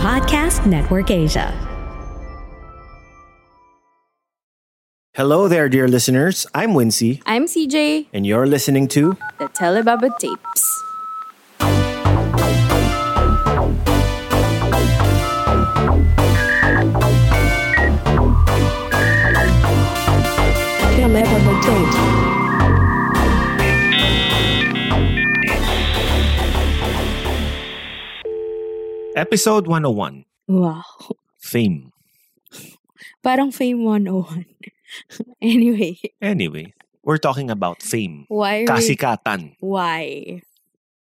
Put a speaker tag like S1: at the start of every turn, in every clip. S1: Podcast Network Asia.
S2: Hello there, dear listeners. I'm Wincy,
S3: I'm CJ,
S2: and you're listening to
S3: the Telebaba Tapes.
S2: Episode 101
S3: Wow.
S2: Fame.
S3: Parang Fame 101. anyway,
S2: Anyway, we're talking about fame.
S3: why? are we-
S2: Kasikatan.
S3: Why?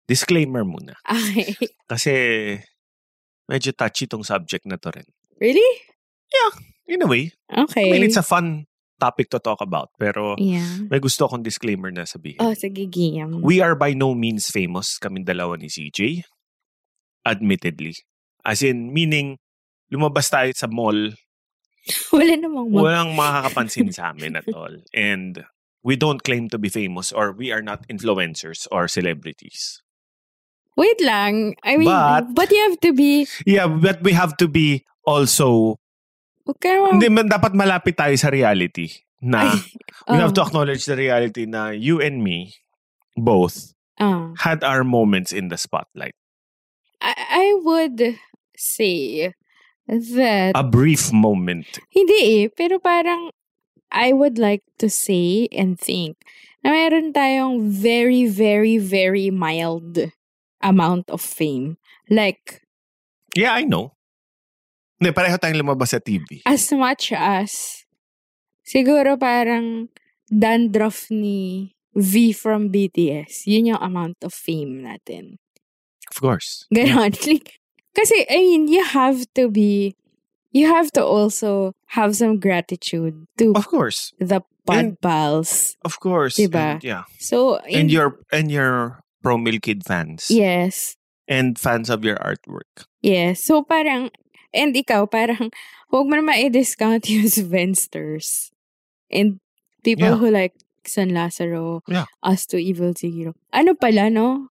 S2: Disclaimer muna.
S3: Okay.
S2: Kasi medyo touchy tong subject na to rin.
S3: really?
S2: In a way, I
S3: Okay.
S2: mean, it's a fun topic to talk about. Pero
S3: Yeah.
S2: may gusto akong disclaimer na sabihin.
S3: Oh, sige, Giyam.
S2: We are by no means famous, kaming dalawa ni CJ. Admittedly. As in, meaning, lumabas tayo sa mall,
S3: Wala namang mag-
S2: walang makakapansin sa amin at all. And we don't claim to be famous or we are not influencers or celebrities.
S3: Wait lang. I mean,
S2: But-
S3: but, you have to be...
S2: Yeah, but we have to be also,
S3: Huwag ka naman-
S2: hindi man dapat malapit tayo sa reality na we have to
S3: Oh.
S2: acknowledge the reality na you and me both
S3: Ah.
S2: had our moments in the spotlight.
S3: I, I would say that...
S2: A brief moment.
S3: Hindi eh, pero parang I would like to say and think na meron tayong very, very, very mild amount of fame. Like,
S2: Yeah, I know. Hindi, pareho tayong lumabas sa TV.
S3: as much as siguro parang dandruff ni V from BTS. Yun yung amount of fame natin.
S2: Of course.
S3: Ganon. Like, kasi, I mean, you have to be, you have to also have some gratitude to
S2: Of course.
S3: the
S2: and-
S3: pod pals.
S2: Of course.
S3: Diba?
S2: And, yeah.
S3: So,
S2: And
S3: in-
S2: your and your Pro Mil Kid fans.
S3: Yes.
S2: And fans of your artwork.
S3: Yes. So parang, and ikaw, parang, huwag mo naman i-discount yung Svensters. And people
S2: Yeah.
S3: who like San Lazaro,
S2: Yeah.
S3: Us to Evil Zero. Ano pala, no?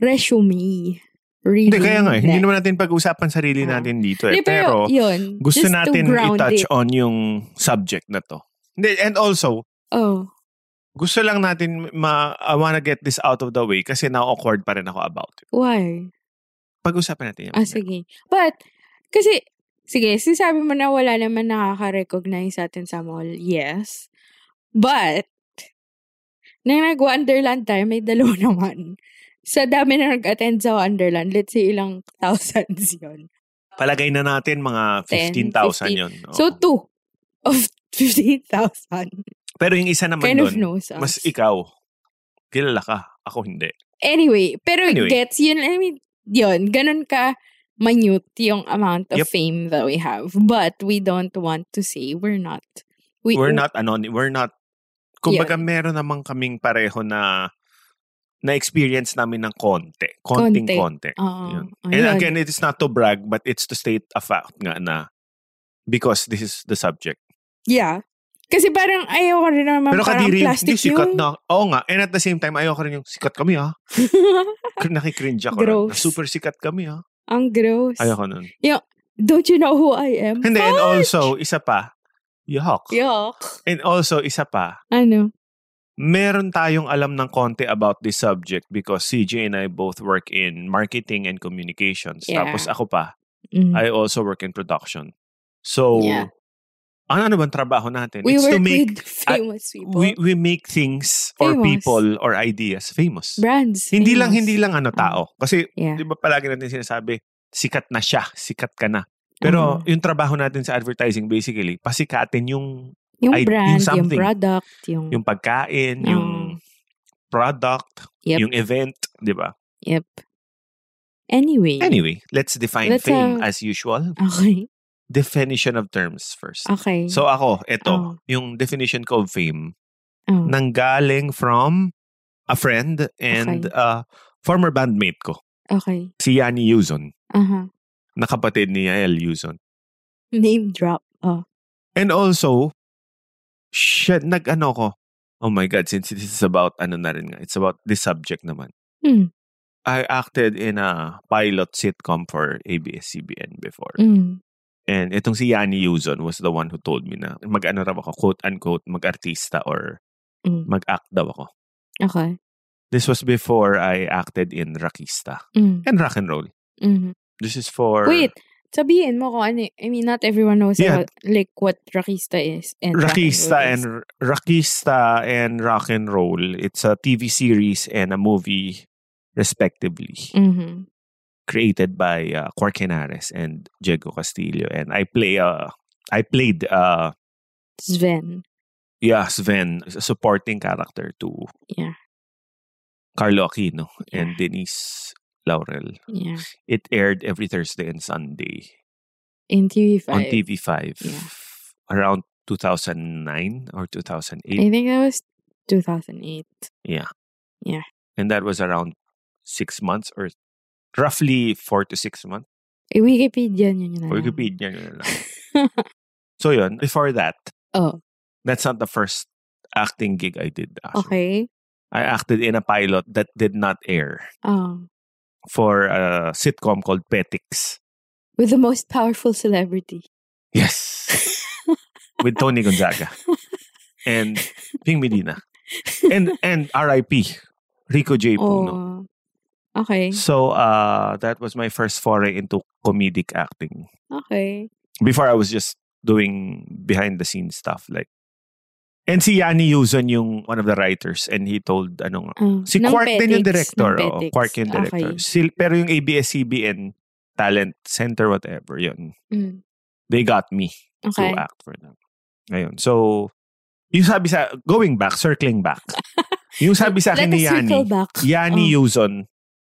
S3: Resume. Really?
S2: Hindi, kaya nga. eh. Hindi
S3: na-
S2: naman natin pag-usapan sarili
S3: Oo.
S2: natin dito
S3: Hindi,
S2: eh. Pero,
S3: yun,
S2: gusto
S3: just to
S2: natin
S3: ground
S2: i-touch
S3: it.
S2: on yung subject na to. Hindi, And also,
S3: Oh,
S2: gusto lang natin ma I wanna get this out of the way kasi na-awkward pa rin ako about it.
S3: why?
S2: Pag-usapan natin yan.
S3: Ah, sige. But, kasi, sige, sinasabi mo na wala naman nakaka-recognize sa atin sa mall. Yes. But, nang nag-Wonderland tayo, may dalawa naman. Sa dami na nag-attend sa Wonderland, let's say ilang thousands yon
S2: Palagay na natin mga 15,000
S3: 15.
S2: yun. Oo.
S3: So, two of 15,000
S2: Pero yung isa naman
S3: kind of
S2: doon,
S3: knows us.
S2: mas ikaw, kilala ka. Ako hindi.
S3: Anyway, pero
S2: Anyway.
S3: gets yun, I mean, yun, ganun ka minute yung amount of
S2: Yep.
S3: fame that we have. But we don't want to say we're not. We,
S2: We're not anon We're not... Kumbaga, meron naman kameng pareho na na-experience namin ng konti. Konting-konte.
S3: Oo.
S2: Yun. And
S3: Ah, ayun.
S2: again, it is not to brag, but it's to state a fact nga na because this is the subject.
S3: yeah. Kasi parang ayaw ko rin naman
S2: Pero
S3: parang
S2: kadiri,
S3: plastic
S2: hindi sikat
S3: yung...
S2: na. Oo nga. And at the same time, ayoko rin yung sikat kami ha. Nakikringe ako. Gross.
S3: Gross.
S2: super sikat kami ha.
S3: Ang gross.
S2: Ayoko nun.
S3: Don't you know who I am?
S2: Hindi, and also, isa pa, yuck.
S3: Yuck.
S2: And also, isa pa,
S3: Ano?
S2: meron tayong alam ng konti about this subject because CJ and I both work in marketing and communications.
S3: Yeah.
S2: Tapos ako pa,
S3: Mm.
S2: I also work in production. So,
S3: Yeah.
S2: ano ano bang trabaho natin?
S3: we
S2: It's
S3: work
S2: to make,
S3: with famous people.
S2: we, we make things or
S3: Famous.
S2: people or ideas famous.
S3: Brands.
S2: Hindi lang,
S3: famous. Mm.
S2: hindi lang ano tao. Kasi,
S3: Yeah.
S2: di ba palagi natin sinasabi, sikat na siya, sikat ka na. Pero
S3: Mhm.
S2: yung trabaho natin sa advertising basically, pasikatin yung
S3: Yung
S2: I- yung
S3: brand, yung,
S2: something.
S3: Mm. product, yung...
S2: yung pagkain,
S3: Oo.
S2: yung product,
S3: Mm. Yep.
S2: yung event, di ba?
S3: Yep. Anyway.
S2: Anyway, let's define
S3: Let's,
S2: fame
S3: uh,
S2: as usual.
S3: Okay.
S2: Definition of terms first.
S3: Ah, Okay.
S2: So ako, ito,
S3: Oh.
S2: yung definition ko of fame,
S3: Oh.
S2: nanggaling from a friend and uh, former bandmate ko,
S3: okay.
S2: si Yanni Yuzon,
S3: Aha.
S2: na kapatid ni Yael Yuzon.
S3: Name drop. Oh.
S2: And also, siya, nag-ano ko, oh my God, since this is about, ano na rin nga, it's about this subject naman.
S3: Hmm.
S2: I acted in a pilot sitcom for ABS-CBN before.
S3: Mm.
S2: And itong si Yanni Yuzon was the one who told me na mag-ano raw ako, quote-unquote, mag-artista or
S3: Mm.
S2: mag-act daw ako.
S3: Okay.
S2: This was before I acted in Rakista
S3: Mm.
S2: and rock and roll.
S3: Mhm.
S2: This is for...
S3: Wait. Sabihin mo kung ano, y- I mean, not everyone knows
S2: Yeah.
S3: about, like, what rakista is. And rock and
S2: Rakista
S3: roll is.
S2: and Rakista and Rock and Roll. It's a TV series and a movie, respectively,
S3: Mhm.
S2: created by uh, Quirquinares and Diego Castillo. And I play uh, I played uh,
S3: Sven.
S2: yeah Sven, a supporting character to
S3: Yeah.
S2: Carlo Aquino and
S3: Yeah.
S2: Denise Laurel.
S3: Yeah.
S2: It aired every Thursday and Sunday
S3: In TV5.
S2: on TV5
S3: Yeah.
S2: around 2009 or 2008.
S3: I think that was 2008.
S2: Yeah.
S3: Yeah.
S2: And that was around six months or roughly four to six months.
S3: Eh, Wikipedia yun yun. alam.
S2: Wikipedia yun lang. So yun, before that,
S3: oh,
S2: that's not the first acting gig I did. actually.
S3: okay.
S2: I acted in a pilot that did not air
S3: Oh.
S2: for a sitcom called Petix.
S3: With the most powerful celebrity.
S2: Yes. With Tony Gonzaga and Ping Medina. And and R.I.P. Rico J. Puno.
S3: oh. Okay.
S2: So uh, that was my first foray into comedic acting.
S3: Okay.
S2: before I was just doing behind the scenes stuff like and si Yanni Yuzon yung one of the writers and he told ano nga
S3: Oh.
S2: si
S3: Ng
S2: Quark din yung
S3: Petix,
S2: director
S3: ng
S2: oo,
S3: Petix.
S2: Quark yung director
S3: Okay.
S2: Sil- pero yung ABS-CBN talent center whatever yun
S3: Mm.
S2: they got me
S3: Okay.
S2: to act for them ayun so yung sabi sa going back circling back yung sabi sa akin
S3: Let
S2: ni
S3: us circle
S2: Yanni
S3: back.
S2: Yanni
S3: Oh.
S2: Yuzon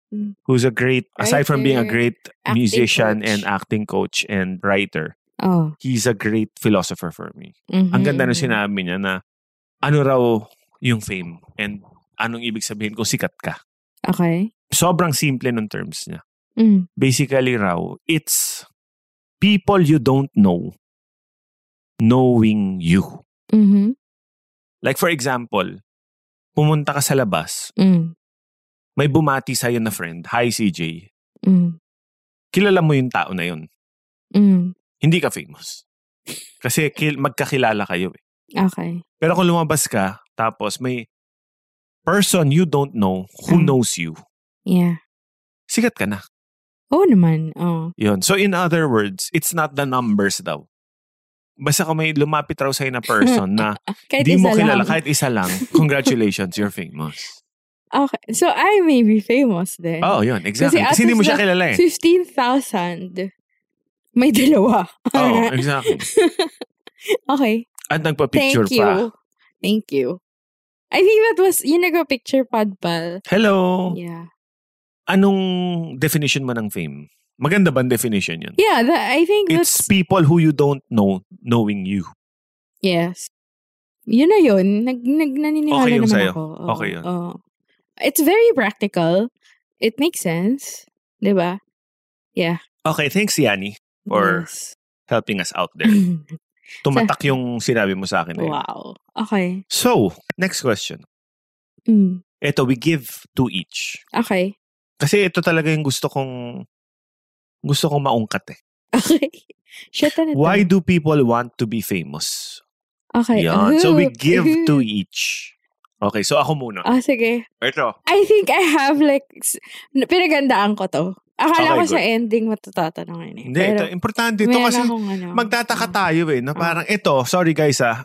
S3: Mm.
S2: who's a great aside from being a
S3: Writer,
S2: great
S3: acting
S2: musician
S3: coach.
S2: and acting coach and writer
S3: Oh.
S2: he's a great philosopher for me.
S3: mhm.
S2: Ang ganda nung sinabi niya na ano raw yung fame and anong ibig sabihin kung sikat ka.
S3: Okay.
S2: Sobrang simple ng terms niya.
S3: Mm.
S2: Basically raw, it's people you don't know knowing you.
S3: Mm-hmm.
S2: Like for example, pumunta ka sa labas,
S3: Mm.
S2: may bumati sa'yo na friend, hi CJ,
S3: Mm.
S2: kilala mo yung tao na yun.
S3: Mm.
S2: Hindi ka famous. Kasi kil- magkakilala kayo eh.
S3: Okay.
S2: Pero kung lumabas ka, tapos may person you don't know who
S3: Mm.
S2: knows you,
S3: Yeah.
S2: sikat ka na.
S3: Oo naman. Oh.
S2: Yun. So in other words, it's not the numbers daw. Basta kung may lumapit raw sa'yo na person na
S3: Kahit
S2: di mo
S3: isa
S2: kilala,
S3: lang.
S2: kahit isa lang, congratulations, you're famous.
S3: Okay. So, I may be famous then.
S2: Oo, yun. Exactly.
S3: at
S2: Kasi, hindi mo
S3: least
S2: siya
S3: na-
S2: kilala eh.
S3: 15,000. May dalawa.
S2: Oo, Oh, exactly.
S3: okay.
S2: At
S3: Thank
S2: nagpa-picture
S3: you.
S2: pa.
S3: Thank you. I think that was, yun nagpa-picture pod pal.
S2: Hello.
S3: Yeah.
S2: Anong definition mo ng fame? Maganda ba ang definition yun?
S3: Yeah, that, I think
S2: It's
S3: that's,
S2: people who you don't know knowing you.
S3: yes. Yun na yun. Nag, nag, naniniwala
S2: Okay yung
S3: naman
S2: sa'yo.
S3: ako. Oo,
S2: Okay yun.
S3: oo. It's very practical. It makes sense. 'Di ba?
S2: Okay, thanks Yanni for
S3: Yes.
S2: helping us out there. Tumatak yung sinabi mo sa akin. na yun.
S3: wow. Okay.
S2: So, next question.
S3: Mm.
S2: Ito, we give to each.
S3: Okay.
S2: Kasi ito talaga yung gusto kong gusto kong maungkat eh.
S3: Okay. Shit na to.
S2: Why do people want to be famous?
S3: Okay.
S2: Yan. So we
S3: Ahu.
S2: give
S3: Ahu.
S2: to each. Okay, so ako muna.
S3: Ah, sige.
S2: Ito.
S3: I think I have like, s- n- pinagandaan ko to. Akala
S2: Okay,
S3: ko sa
S2: good.
S3: ending matatanungin eh.
S2: Hindi, ito. Importante ito
S3: meron
S2: kasi
S3: akong ano.
S2: magtataka tayo eh. Na parang ito, sorry guys ah.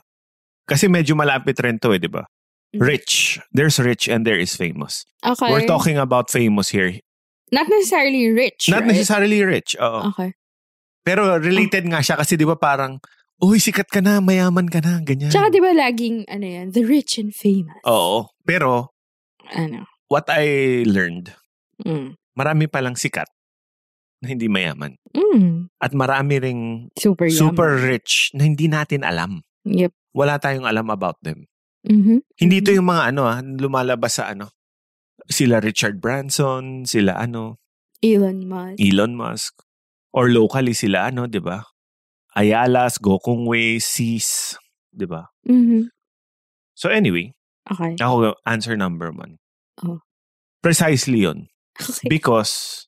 S2: Kasi medyo malapit rin to eh, di ba?
S3: Mm.
S2: Rich. There's rich and there is famous.
S3: Okay.
S2: We're talking about famous here.
S3: Not necessarily rich, Ah.
S2: Not
S3: right?
S2: necessarily rich. Oo.
S3: Okay.
S2: Pero related nga siya kasi 'di ba parang uy sikat ka na, mayaman ka na, ganyan.
S3: Tsaka di ba laging, ano yan, the rich and famous.
S2: Oo. Pero
S3: ano.
S2: What I learned,
S3: Mm.
S2: marami palang sikat na hindi mayaman.
S3: Mm.
S2: At marami ring
S3: Super yum.
S2: super rich na hindi natin alam.
S3: Yep.
S2: Wala tayong alam about them.
S3: Mhm.
S2: Hindi ito yung mga ano ah, lumalabas sa ano. Sila Richard Branson, sila ano,
S3: Mm-hmm. Elon Musk.
S2: Elon Musk. Or locally sila ano, di ba? Ayalas, Gokongwei, Sis, di ba?
S3: Mhm.
S2: So anyway,
S3: Okay.
S2: ako answer number one.
S3: Oh.
S2: Precisely yun.
S3: Okay.
S2: Because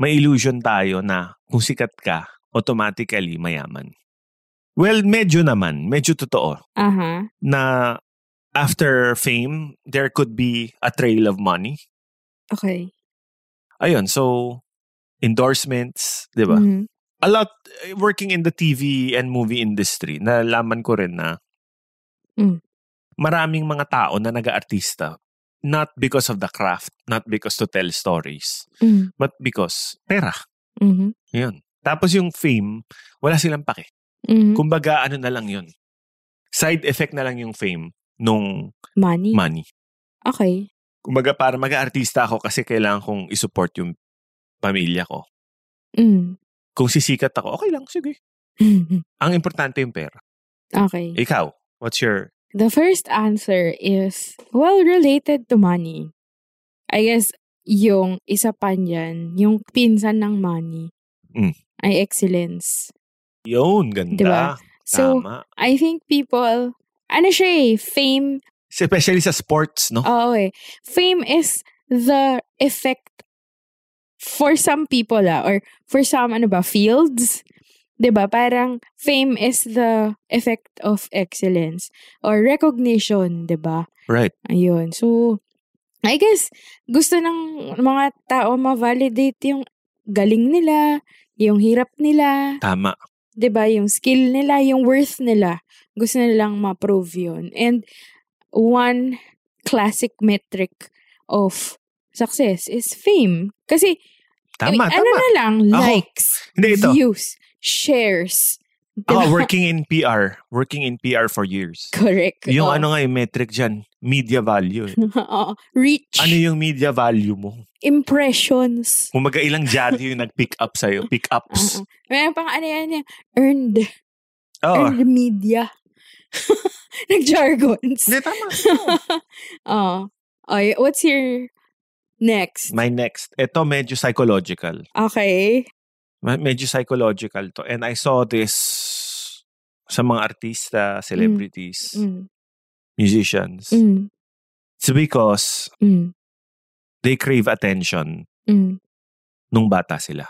S2: may illusion tayo na kung sikat ka, automatically mayaman. Well, medyo naman. Medyo totoo
S3: Aha.
S2: na after fame, there could be a trail of money.
S3: Okay.
S2: Ayun, so endorsements, di ba?
S3: Mhm.
S2: A lot, eh, working in the TV and movie industry, nalaman ko rin na
S3: Mm.
S2: maraming mga tao na nag-aartista not because of the craft, not because to tell stories,
S3: Mm.
S2: but because pera.
S3: Mhm.
S2: Ayun. Tapos yung fame, wala silang pake.
S3: Mhm.
S2: Kumbaga, ano na lang yun. Side effect na lang yung fame nung
S3: Money.
S2: money.
S3: Okay.
S2: kumbaga para mag-artista ako kasi kailangan kong isupport yung pamilya ko.
S3: Mm.
S2: Kung sisikat ako, okay lang, sige. Ang importante yung pera.
S3: okay.
S2: Ikaw, what's your...
S3: The first answer is, well, related to money. I guess, yung isa pa niyan, yung pinsan ng money,
S2: Mm.
S3: ay excellence.
S2: Yun, ganda.
S3: Diba? So,
S2: Tama.
S3: I think people, ano siya eh, fame,
S2: Especially sa sports, no?
S3: oo eh, fame is the effect for some people ah, or for some, ano ba, fields. 'Di ba Parang fame is the effect of excellence or recognition, 'di ba
S2: Right.
S3: Ayun. So, I guess, gusto ng mga tao ma-validate yung galing nila, yung hirap nila,
S2: Tama.
S3: 'di ba yung skill nila, yung worth nila. Gusto nilang ma-prove yun. And one classic metric of success is fame. Kasi, I mean,
S2: Tama,
S3: ano
S2: tama.
S3: na lang,
S2: Ako,
S3: likes,
S2: Hindi ito.
S3: views, shares.
S2: Ako,
S3: Diba?
S2: working in PR. Working in PR for years.
S3: Correct.
S2: Yung
S3: Oo.
S2: ano nga yung metric dyan, media value. eh.
S3: Oo. reach,
S2: ano yung media value mo?
S3: impressions,
S2: Kumbaga ilang jad yung nag-pick up sa'yo. Pick ups.
S3: Oo. Meron pang ano yan, yung earned,
S2: Oo.
S3: earned media. Nag-jargons.
S2: Hindi, tama.
S3: oh. Okay, what's your next?
S2: My next. Ito medyo psychological.
S3: Okay.
S2: Ma- Medyo psychological to. And I saw this sa mga artista, celebrities,
S3: Mm,
S2: musicians.
S3: mm,
S2: It's because
S3: mm,
S2: they crave attention
S3: mm.
S2: nung bata sila.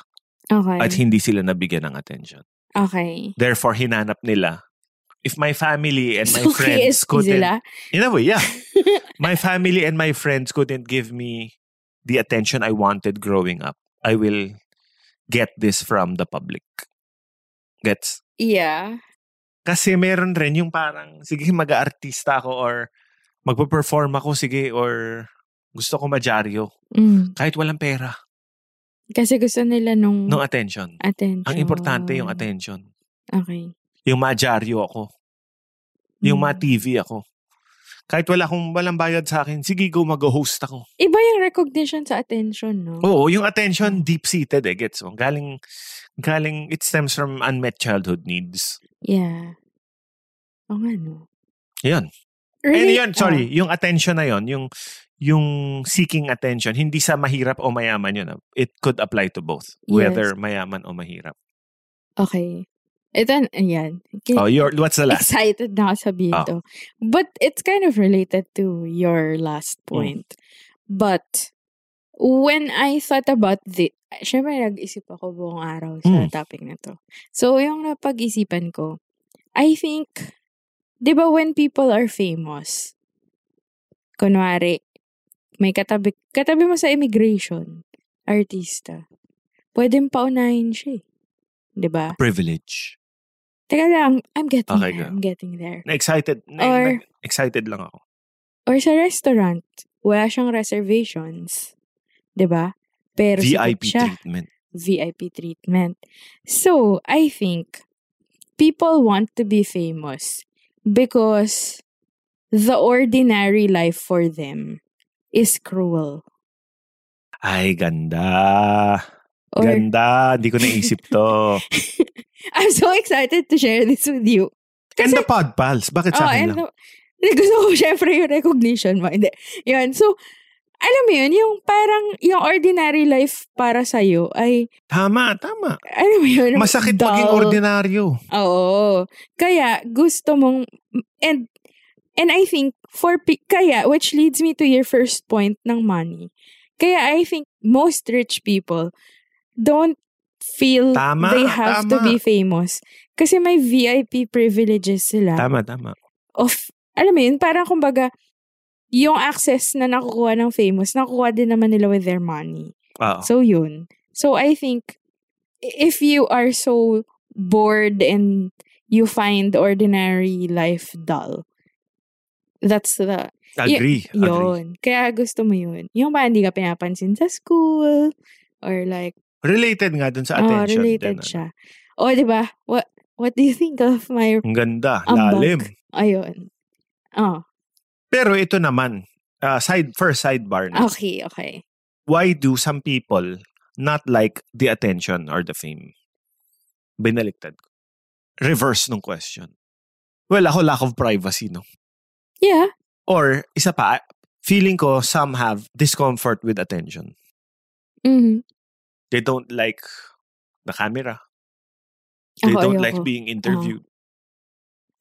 S3: Okay.
S2: At hindi sila nabigyan ng attention.
S3: okay.
S2: Therefore, hinanap nila. If my family and my eh.
S3: So,
S2: friends
S3: KSP
S2: couldn't...
S3: sila.
S2: In a way, yeah. my family and my friends couldn't give me the attention I wanted growing up. I will get this from the public. Gets?
S3: Yeah.
S2: Kasi meron rin yung parang, sige, mag-aartista ako or magpo-perform ako, sige, or gusto ko majaryo.
S3: Mm.
S2: Kahit walang pera,
S3: Kasi gusto nila nung
S2: no attention.
S3: attention.
S2: Ang importante yung attention.
S3: Okay.
S2: Yung majaryo ako. Yung
S3: Mm.
S2: ma-TV ako. Kahit wala akong walang bayad sa akin, sige, go mag-host ako.
S3: Iba yung recognition sa attention, no?
S2: Oo, yung attention deep-seated eh, gets mo. Galing, galing, it stems from unmet childhood needs.
S3: Yeah. ano? O nga, no?
S2: Yun. And
S3: Relate-
S2: yun, sorry, yung attention na yun, yung, yung seeking attention, hindi sa mahirap o mayaman yun. ah. It could apply to both, whether mayaman o mahirap.
S3: Ah, okay. Ito, ayan. Ki-
S2: Oh, your, what's the last?
S3: excited na ako sabihin
S2: Ah.
S3: to. But it's kind of related to your last
S2: Mm.
S3: point. But when I thought about the syempre nag-isip ako buong araw
S2: Mm.
S3: sa topic na to. So yung napag-isipan ko, I think 'di ba when people are famous, kunwari may katabi katabi mo sa immigration, artista. Pwedeng paunahin siya. eh. 'Di ba?
S2: Privilege.
S3: Teka lang, I'm getting
S2: Okay,
S3: there.
S2: go.
S3: I'm getting there.
S2: Na-excited. na-
S3: Or-
S2: na- excited lang ako.
S3: Or sa restaurant, wala siyang reservations. 'Di ba? Pero sikat
S2: VIP
S3: siya.
S2: treatment.
S3: VIP treatment. So, I think people want to be famous because the ordinary life for them is cruel.
S2: Ay, ganda.
S3: Or,
S2: Ganda. Hindi ko naisip to.
S3: I'm so excited to share this with you.
S2: and the pod pals. Bakit sa
S3: Oh,
S2: akin
S3: and
S2: lang?
S3: the, Hindi, gusto ko syempre yung recognition mo. Hindi. Yun. So, alam mo yun, yung parang, yung ordinary life para sa'yo ay,
S2: Tama, tama.
S3: alam mo yun,
S2: Masakit maging
S3: dull.
S2: ordinaryo.
S3: Oo. Kaya gusto mong and and I think for pe- kaya which leads me to your first point ng money. Kaya I think most rich people don't feel
S2: Tama,
S3: they have to
S2: tama.
S3: be famous kasi may VIP privileges sila
S2: Tama, tama.
S3: of alam mo yun parang kumbaga yung access na nakukuha ng famous nakukuha din naman nila with their money.
S2: Oo.
S3: So yun. So I think if you are so bored and you find ordinary life dull, that's the
S2: agree. agree.
S3: yun. Kaya gusto mo yun. Yung ba hindi ka pinapansin sa school or like
S2: Related nga dun sa
S3: oh,
S2: attention.
S3: related
S2: din, ano.
S3: siya. O, di ba? What what do you think of my
S2: Ang ganda.
S3: ambag?
S2: Lalim.
S3: Ayun. Oh,
S2: Pero ito naman, ah, side first sidebar na.
S3: okay, okay.
S2: Why do some people not like the attention or the fame? Binaliktad ko. Reverse nung question. Well, ako lack of privacy, no?
S3: Yeah.
S2: Or, isa pa, feeling ko some have discomfort with attention.
S3: Mm.
S2: They don't like the camera. They
S3: Ako,
S2: don't
S3: ayoko. Oh.
S2: like being interviewed.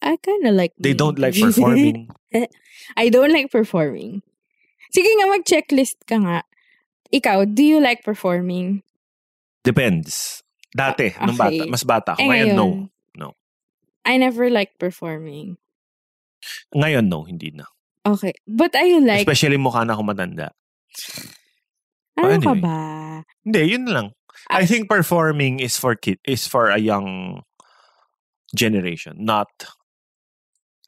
S3: I kind of like
S2: They
S3: being
S2: don't like
S3: interviewed.
S2: performing.
S3: I don't like performing. Sige nga, mag-checklist ka nga. Ikaw, do you like performing?
S2: Depends. Dati, nung
S3: Okay.
S2: bata, mas bata ako.
S3: Eh,
S2: Ngayon, no.
S3: ngayon?
S2: No.
S3: I never liked performing.
S2: Ngayon, no. Hindi na.
S3: Okay. But I like...
S2: Especially mukha na ako matanda.
S3: ano ka
S2: anyway.
S3: ba?
S2: Hindi, yun lang. I
S3: Ah,
S2: think performing is for kid is for a young generation, not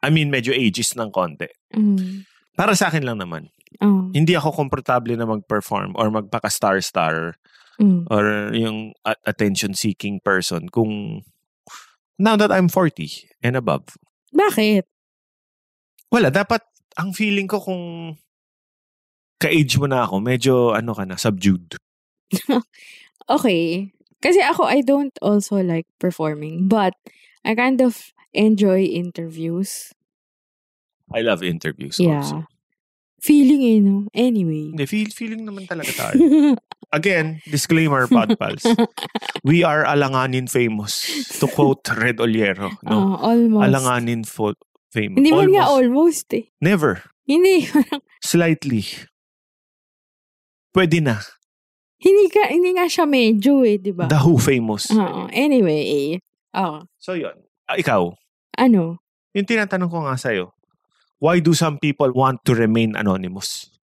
S2: I mean medyo ages ng konti.
S3: mm,
S2: Para sa akin lang naman.
S3: oh,
S2: Hindi ako komportable na mag-perform or magpaka star star
S3: mm,
S2: or yung attention seeking person kung now that I'm 40 and above.
S3: Bakit?
S2: Wala, dapat ang feeling ko kung ka-age mo na ako, medyo ano ka na, subdued.
S3: Okay. Kasi ako, I don't also like performing. But I kind of enjoy interviews.
S2: I love interviews
S3: Yeah.
S2: also.
S3: Feeling, you know? Anyway.
S2: Hindi, feel, feeling naman talaga tayo. Again, disclaimer, Pod Pals. We are alanganin famous. To quote Red Oliero, no?
S3: Ah, almost.
S2: alanganin fo- famous.
S3: Hindi man nga
S2: Almost.
S3: almost eh.
S2: Never.
S3: Hindi, parang,
S2: Slightly. Pwede na.
S3: hindi, ka, hindi nga siya medyo eh, di ba? Uh-huh.
S2: The Who famous.
S3: Oo. Anyway, oh,
S2: So, yun. Ah, ikaw,
S3: ano?
S2: yung tinatanong ko nga sa'yo, why do some people want to remain anonymous?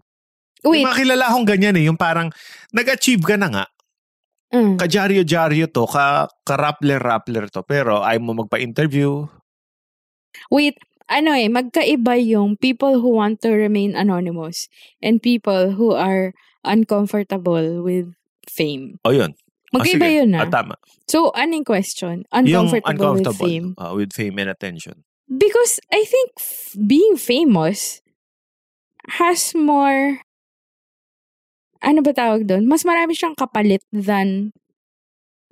S3: Wait.
S2: Yung mga kilala akong ganyan eh, yung parang nag-achieve ka na nga,
S3: ah,
S2: kajaryo-jaryo to, ka, ka-rappler-rappler to, pero ayaw mo magpa-interview,
S3: wait. Ano eh, magkaiba yung people who want to remain anonymous and people who are uncomfortable with fame.
S2: O yun. Ah,
S3: Magkaiba
S2: sige.
S3: yun
S2: Ah,
S3: ah.
S2: tama.
S3: So, anong question?
S2: Yung
S3: Uncomfortable,
S2: uncomfortable
S3: with fame.
S2: ah, with fame and attention.
S3: Because I think f- being famous has more ano ba tawag doon? Mas marami siyang kapalit than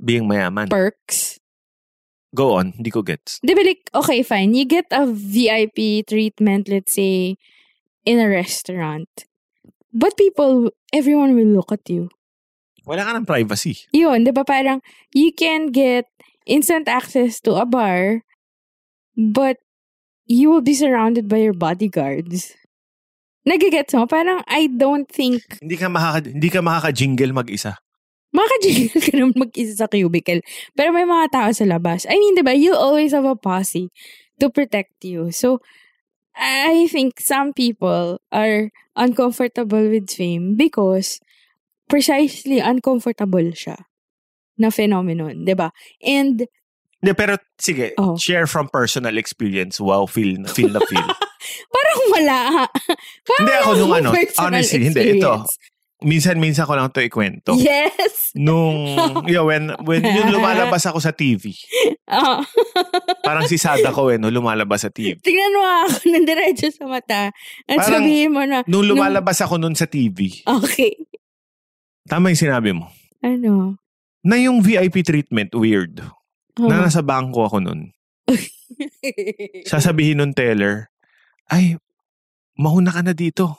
S2: Being mayaman.
S3: perks.
S2: Go on. Hindi ko gets.
S3: Di ba like, okay, fine. You get a VIP treatment, let's say, in a restaurant. But people, everyone will look at you.
S2: Wala ka ng privacy.
S3: Yun, di ba parang, you can get instant access to a bar, but you will be surrounded by your bodyguards. Nagigets mo? Parang, I don't think,
S2: Hindi ka makaka hindi ka makaka-jingle mag-isa.
S3: makakajigil ka naman mag-isa sa cubicle. Pero may mga tao sa labas. I mean, di ba, you always have a posse to protect you. So, I think some people are uncomfortable with fame because precisely uncomfortable siya na phenomenon, di ba? And,
S2: Hindi, pero sige,
S3: Oh.
S2: share from personal experience. Wow, feel na feel na feel.
S3: parang wala. parang
S2: Hindi, ako
S3: wala
S2: nung
S3: akong
S2: ano,
S3: personal
S2: honestly, hindi, ito.
S3: experience.
S2: minsan-minsan ko lang to ikwento.
S3: Yes!
S2: Nung, yeah, when, when yun lumalabas ako sa TV.
S3: Oh.
S2: Parang si Sada ko eh, no, lumalabas sa TV.
S3: Tingnan mo ako ng diretso sa mata at
S2: Parang
S3: sabihin mo na,
S2: Nung lumalabas ako nun sa TV,
S3: okay,
S2: tama yung sinabi mo,
S3: ano?
S2: na yung VIP treatment, weird.
S3: Oh.
S2: Na nasa bangko ako nun. Sasabihin nun teller, ay, mauna ka na dito.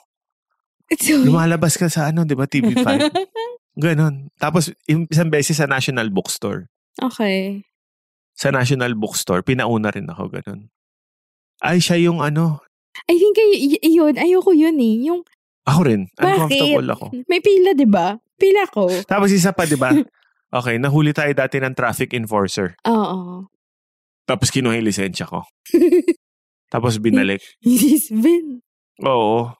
S3: Sorry.
S2: Lumalabas ka sa ano, di ba, TV5? Ganon. Tapos, im- isang beses sa National Bookstore.
S3: okay.
S2: Sa National Bookstore, pinauna rin ako, ganon. Ay, siya yung ano.
S3: I think ay- y- yun, ayoko yun eh. Yung
S2: Ako rin.
S3: Bakit?
S2: Uncomfortable ako.
S3: may pila, di ba? Pila ko.
S2: Tapos isa pa, di ba? Okay, nahuli tayo dati ng traffic enforcer.
S3: Oo.
S2: Tapos kinuha yung lisensya ko. Tapos binalik.
S3: This Vin.
S2: Oo.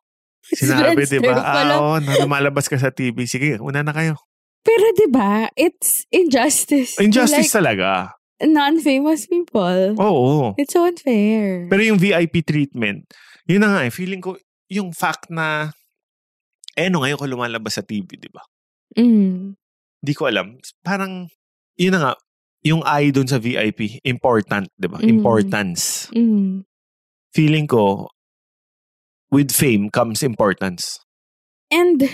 S2: Sinabi, di ba?
S3: Friendster pa
S2: Ah,
S3: lang.
S2: oo, na lumalabas ka sa TV. Sige, una na kayo.
S3: Pero di ba, it's injustice. to,
S2: Injustice
S3: like,
S2: talaga.
S3: non-famous people.
S2: Oo.
S3: It's so unfair.
S2: Pero yung VIP treatment, yun na nga eh. Feeling ko, yung fact na, eh no, ngayon ko lumalabas sa TV, di ba?
S3: mm.
S2: Di ko alam. Parang, yun na nga, yung I dun sa VIP, important, di ba?
S3: Mm.
S2: Importance.
S3: Mm.
S2: Feeling ko, with fame comes importance.
S3: And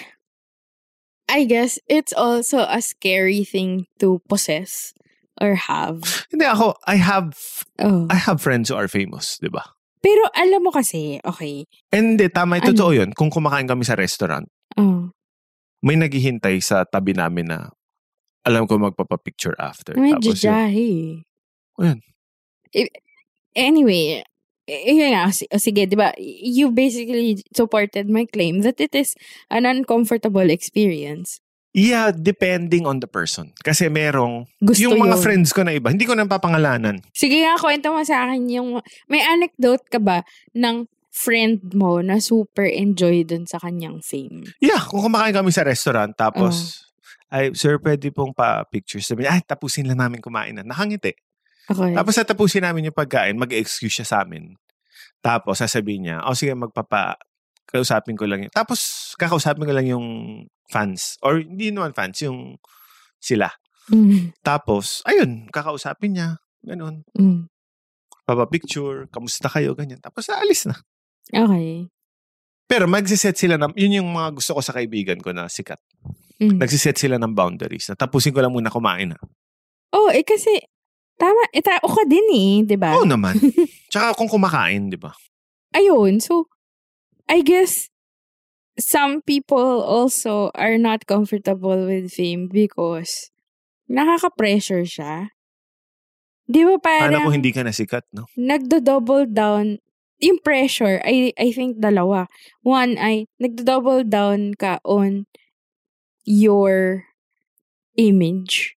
S3: I guess it's also a scary thing to possess or have.
S2: Hindi ako, I have,
S3: Oh.
S2: I have friends who are famous, di ba?
S3: Pero alam mo kasi, okay.
S2: And hindi, tama,
S3: Ano?
S2: totoo yun. Kung kumakain kami sa restaurant,
S3: Oh.
S2: may naghihintay sa tabi namin na alam ko magpapapicture after.
S3: Medyo
S2: yung-
S3: jahe.
S2: Ayun.
S3: I- Anyway, y- yun nga, s- sige, di ba? You basically supported my claim that it is an uncomfortable experience.
S2: Yeah, depending on the person. Kasi merong,
S3: Gusto
S2: yung mga
S3: yun.
S2: friends ko na iba, hindi ko nang papangalanan.
S3: Sige nga, kwento mo sa akin yung... May anecdote ka ba ng friend mo na super enjoy dun sa kanyang fame?
S2: Yeah, kung kumakain kami sa restaurant, tapos, ay, sir, pwede pong pa-picture. Sabi niya, ay, tapusin lang namin kumain na. Nakangiti.
S3: Okay.
S2: Tapos natapusin namin yung pagkain, mag-excuse siya sa amin. Tapos sasabihin niya, oh sige, magpapa, kausapin ko lang yun. Tapos kakausapin ko lang yung fans. Or hindi naman fans, yung sila.
S3: Mm,
S2: Tapos, ayun, kakausapin niya. Ganun.
S3: mm.
S2: Papapicture, kamusta kayo, ganyan. Tapos naalis na.
S3: Okay.
S2: Pero magsiset sila ng, yun yung mga gusto ko sa kaibigan ko na sikat.
S3: Mm.
S2: Nagsiset sila ng boundaries. na tapusin ko lang muna kumain. ah. Ha?
S3: Oh, eh kasi, tama, eh tao ka din eh, di ba?
S2: Oo naman. Tsaka kung kumakain, di ba?
S3: Ayun, so, I guess, some people also are not comfortable with fame because nakaka-pressure siya. Di ba parang
S2: Alam ko hindi ka na sikat, no?
S3: nagdo-double down yung pressure, I, I think dalawa. One ay, nagdo-double down ka on your image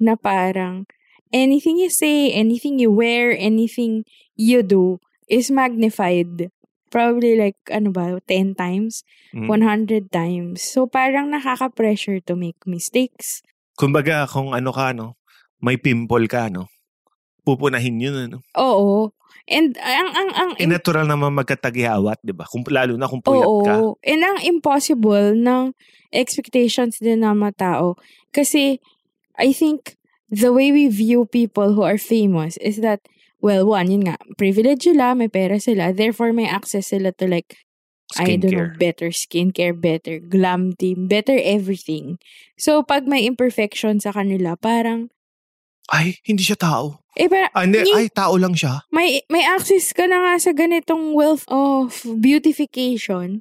S3: na parang anything you say, anything you wear, anything you do is magnified. Probably like, ano ba, 10 times,
S2: Mm.
S3: 100 times. So parang nakaka-pressure to make mistakes.
S2: Kumbaga, kung ano ka, no? May pimple ka, no? Pupunahin yun, ano?
S3: Oo. And ang, ang, ang,
S2: Eh, natural naman magkatagyawat, di ba? Kung, lalo na kung puyat
S3: Oo.
S2: ka.
S3: And ang impossible ng expectations din ng mga tao. Kasi, I think, the way we view people who are famous is that, well, one, yun nga, privilege sila, may pera sila, therefore may access sila to like, I don't know,
S2: Skincare.
S3: better skincare, better glam team, better everything. So, pag may imperfection sa kanila, parang,
S2: Ay, hindi siya tao.
S3: eh, parang,
S2: Ah, hindi.
S3: Yung-
S2: Ay, tao lang siya.
S3: may may access ka na nga sa ganitong wealth of beautification,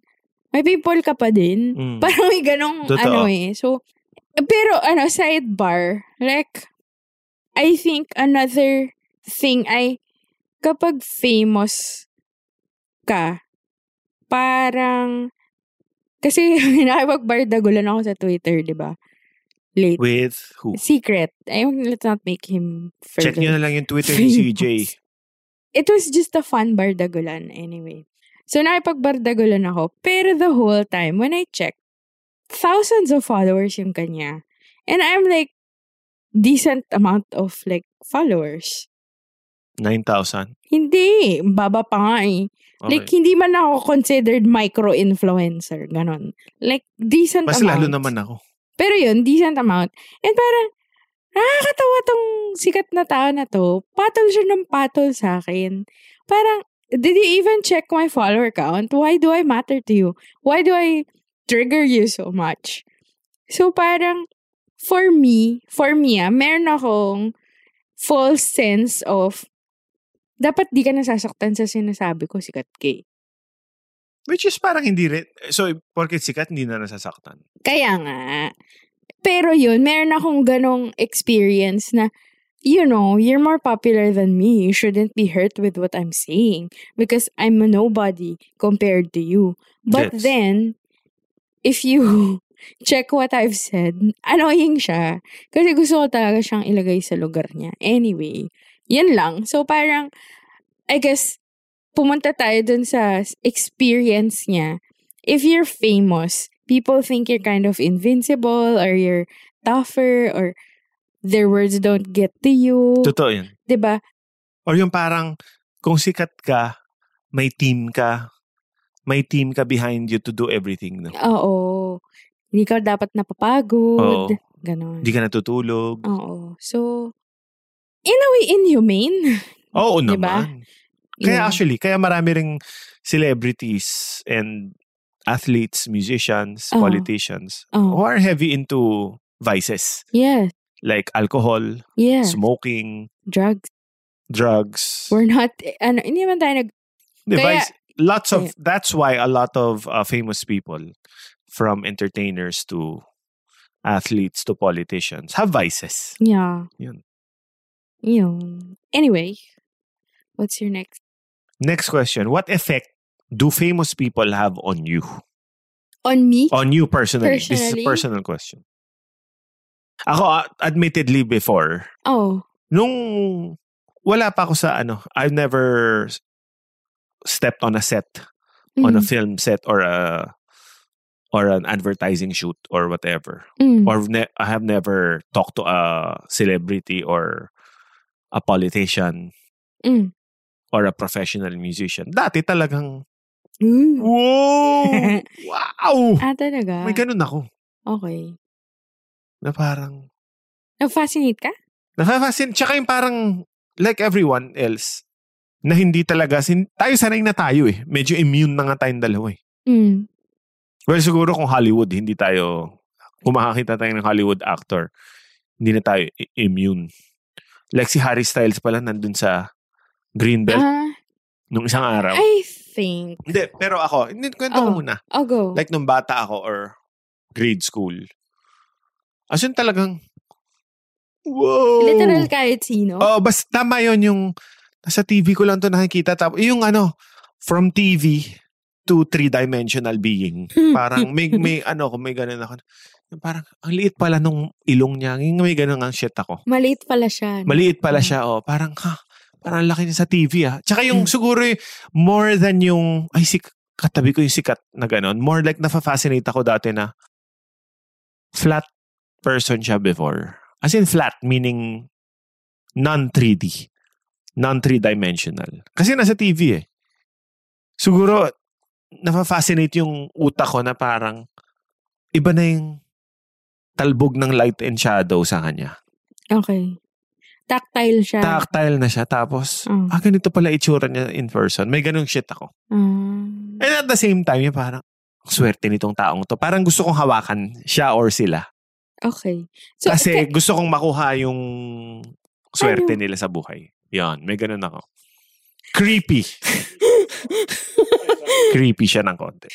S3: may people ka pa din.
S2: Mm.
S3: Parang may ganong
S2: Totoo.
S3: ano eh. So, pero ano, sidebar, like, I think another thing ay kapag famous ka, parang, kasi nakipagbardagulan ako sa Twitter, di ba? Late.
S2: With who?
S3: Secret. I, let's not make him further.
S2: Check nyo na lang yung Twitter ni CJ.
S3: it was just a fun bardagulan anyway. So, nakipagbardagulan ako. Pero the whole time, when I checked, thousands of followers yung kanya. And I'm like, decent amount of like followers.
S2: 9,000.
S3: Hindi. Baba pa nga eh.
S2: Okay.
S3: Like, hindi man ako considered micro-influencer. Ganon. Like, decent
S2: Mas
S3: amount.
S2: lalo naman ako.
S3: Pero yun, decent amount. And parang, nakakatawa tong sikat na tao na to. Patol siya ng patol sa akin. Parang, did you even check my follower count? Why do I matter to you? Why do I trigger you so much? So parang, for me, for me ah, meron akong false sense of dapat di ka nasasaktan sa sinasabi ko, sikat gay.
S2: Which is parang hindi rin. So, porket sikat, hindi na nasasaktan.
S3: Kaya nga. Pero yun, meron akong ganong experience na, you know, you're more popular than me. You shouldn't be hurt with what I'm saying because I'm a nobody compared to you. But
S2: Gets.
S3: then, if you check what I've said, annoying siya. Kasi gusto ko talaga siyang ilagay sa lugar niya. Anyway, yan lang. So parang, I guess, pumunta tayo dun sa experience niya. If you're famous, people think you're kind of invincible or you're tougher or their words don't get to you. diba?
S2: Totoo yun.
S3: 'Di ba?
S2: Or yung parang, kung sikat ka, may team ka, may team ka behind you to do everything. No?
S3: Oo. Hindi ka dapat
S2: Oo.
S3: napapagod. Ganon.
S2: Hindi ka natutulog.
S3: Oo. So, in a way, inhumane.
S2: Oo
S3: Diba?
S2: naman. Kaya
S3: Yeah.
S2: actually, kaya marami ring celebrities and athletes, musicians,
S3: Oo.
S2: politicians who
S3: Oo.
S2: are heavy into vices
S3: Yes.
S2: like alcohol,
S3: Yes.
S2: smoking,
S3: Drugs.
S2: drugs.
S3: We're not, eh, ano, hindi naman tayo nag,
S2: Di,
S3: Kaya-
S2: vice- lots of
S3: Kaya-
S2: that's why a lot of uh, famous people from entertainers to athletes to politicians have vices.
S3: yeah.
S2: Yun.
S3: Yun. Anyway, what's your next?
S2: Next question, what effect do famous people have on you?
S3: On me?
S2: On you personally. This is a
S3: Personally?
S2: personal question. Ako, ah, admittedly before,
S3: Oh.
S2: nung wala pa ako sa ano, I've never s- stepped on a set, on
S3: Mm-hmm.
S2: a film set or a or an advertising shoot or whatever.
S3: Mm.
S2: Or ne- I have never talked to a celebrity or a politician
S3: Mm.
S2: or a professional musician. Dati talagang,
S3: Mm.
S2: wow! wow!
S3: Ah, talaga?
S2: May ganun ako.
S3: Okay.
S2: Na parang,
S3: Na-fascinate ka?
S2: Nakakasin. Tsaka yung parang, like everyone else, na hindi talaga, sin- tayo sanay na tayo eh. Medyo immune na nga tayong dalawa eh.
S3: Mm.
S2: Well, siguro kung Hollywood, hindi tayo, kung makakita tayo ng Hollywood actor, hindi na tayo i- immune. Like si Harry Styles pala nandun sa Greenbelt
S3: Ah,
S2: nung isang araw.
S3: I think.
S2: Hindi, pero ako, hindi, kwento ko
S3: Oh.
S2: muna.
S3: I'll go.
S2: Like nung bata ako or grade school. As in talagang, wow!
S3: Literal kahit sino.
S2: Oh, basta tama 'yon yung nasa TV ko lang 'to nakikita tapos yung ano from TV to three-dimensional being. Parang may may ano ko may ganun ako. Yung Parang ang liit pala nung ilong niya. Yung May ganun ang shit ako.
S3: Maliit pala siya. no?
S2: Maliit pala siya oh. Parang ha. Parang ang laki niya sa TV ah. Tsaka yung siguro eh, more than yung ay si katabi ko yung sikat na ganun. More like nafa-fascinate ako dati na flat person siya before. As in flat, meaning non-3D. Non-three-dimensional. Kasi nasa TV eh. Siguro, nafa-fascinate yung utak ko na parang iba na yung talbog ng light and shadow sa kanya.
S3: Okay. Tactile siya.
S2: Tactile na siya. Tapos,
S3: Mm.
S2: ah, ganito pala itsura niya in person. May ganung shit ako.
S3: Ah.
S2: And at the same time, yung parang, ang swerte nitong taong to. Parang gusto kong hawakan siya or sila.
S3: okay. So,
S2: Kasi
S3: ka-
S2: gusto kong makuha yung swerte
S3: Ano?
S2: nila sa buhay. Yan, may ganun ako. Creepy. Creepy siya ng konti.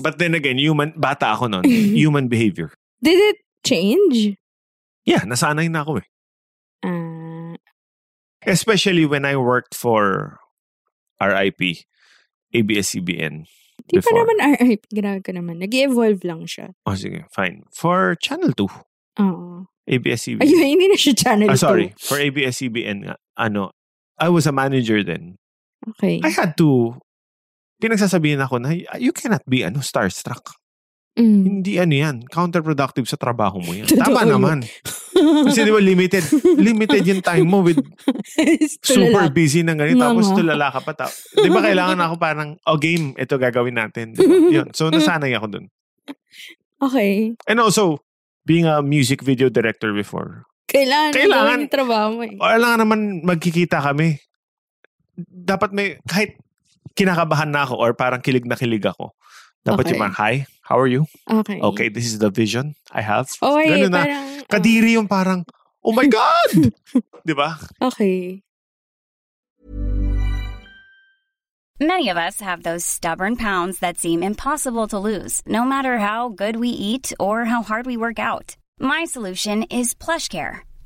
S2: But then again, human, bata ako nun. Human behavior.
S3: did it change?
S2: Yeah, nasanay na ako eh.
S3: Ah.
S2: Especially when I worked for RIP, ABS-CBN.
S3: di pa
S2: Before.
S3: naman, ay, grabe ka naman. Nag-evolve lang siya.
S2: Oh, sige, fine. For Channel 2,
S3: Oo.
S2: ABS-CBN.
S3: Ayun, hindi na siya channel
S2: Ah,
S3: two.
S2: sorry. For ABS-CBN, nga, ano, I was a manager then.
S3: Okay.
S2: I had to, pinagsasabihin ako na, you cannot be, ano, starstruck.
S3: Mm.
S2: Hindi ano yan. Counterproductive sa trabaho mo yan.
S3: Totoo
S2: Tama
S3: yun.
S2: naman. Kasi di ba limited. Limited yung time mo with super busy ng ganito.
S3: Nga
S2: Tapos
S3: nga.
S2: tulala ka pa. Ta- di ba kailangan ako parang, oh game, ito gagawin natin. Di ba? Yun. So nasanay ako dun.
S3: Okay.
S2: And also, being a music video director before, Kailangan.
S3: Kailangan, Kailangan. yung trabaho mo eh.
S2: wala nga naman magkikita kami. Dapat may, kahit kinakabahan na ako or parang kilig na kilig ako. Dapat
S3: Okay.
S2: yung parang, hi, how are you?
S3: Okay.
S2: Okay, this is the vision I have.
S3: Oh, ay,
S2: Ganun na.
S3: parang, oh,
S2: Kadiri yung parang, oh my God! Di ba?
S3: okay.
S4: Many of us have those stubborn pounds that seem impossible to lose, no matter how good we eat or how hard we work out. My solution is PlushCare.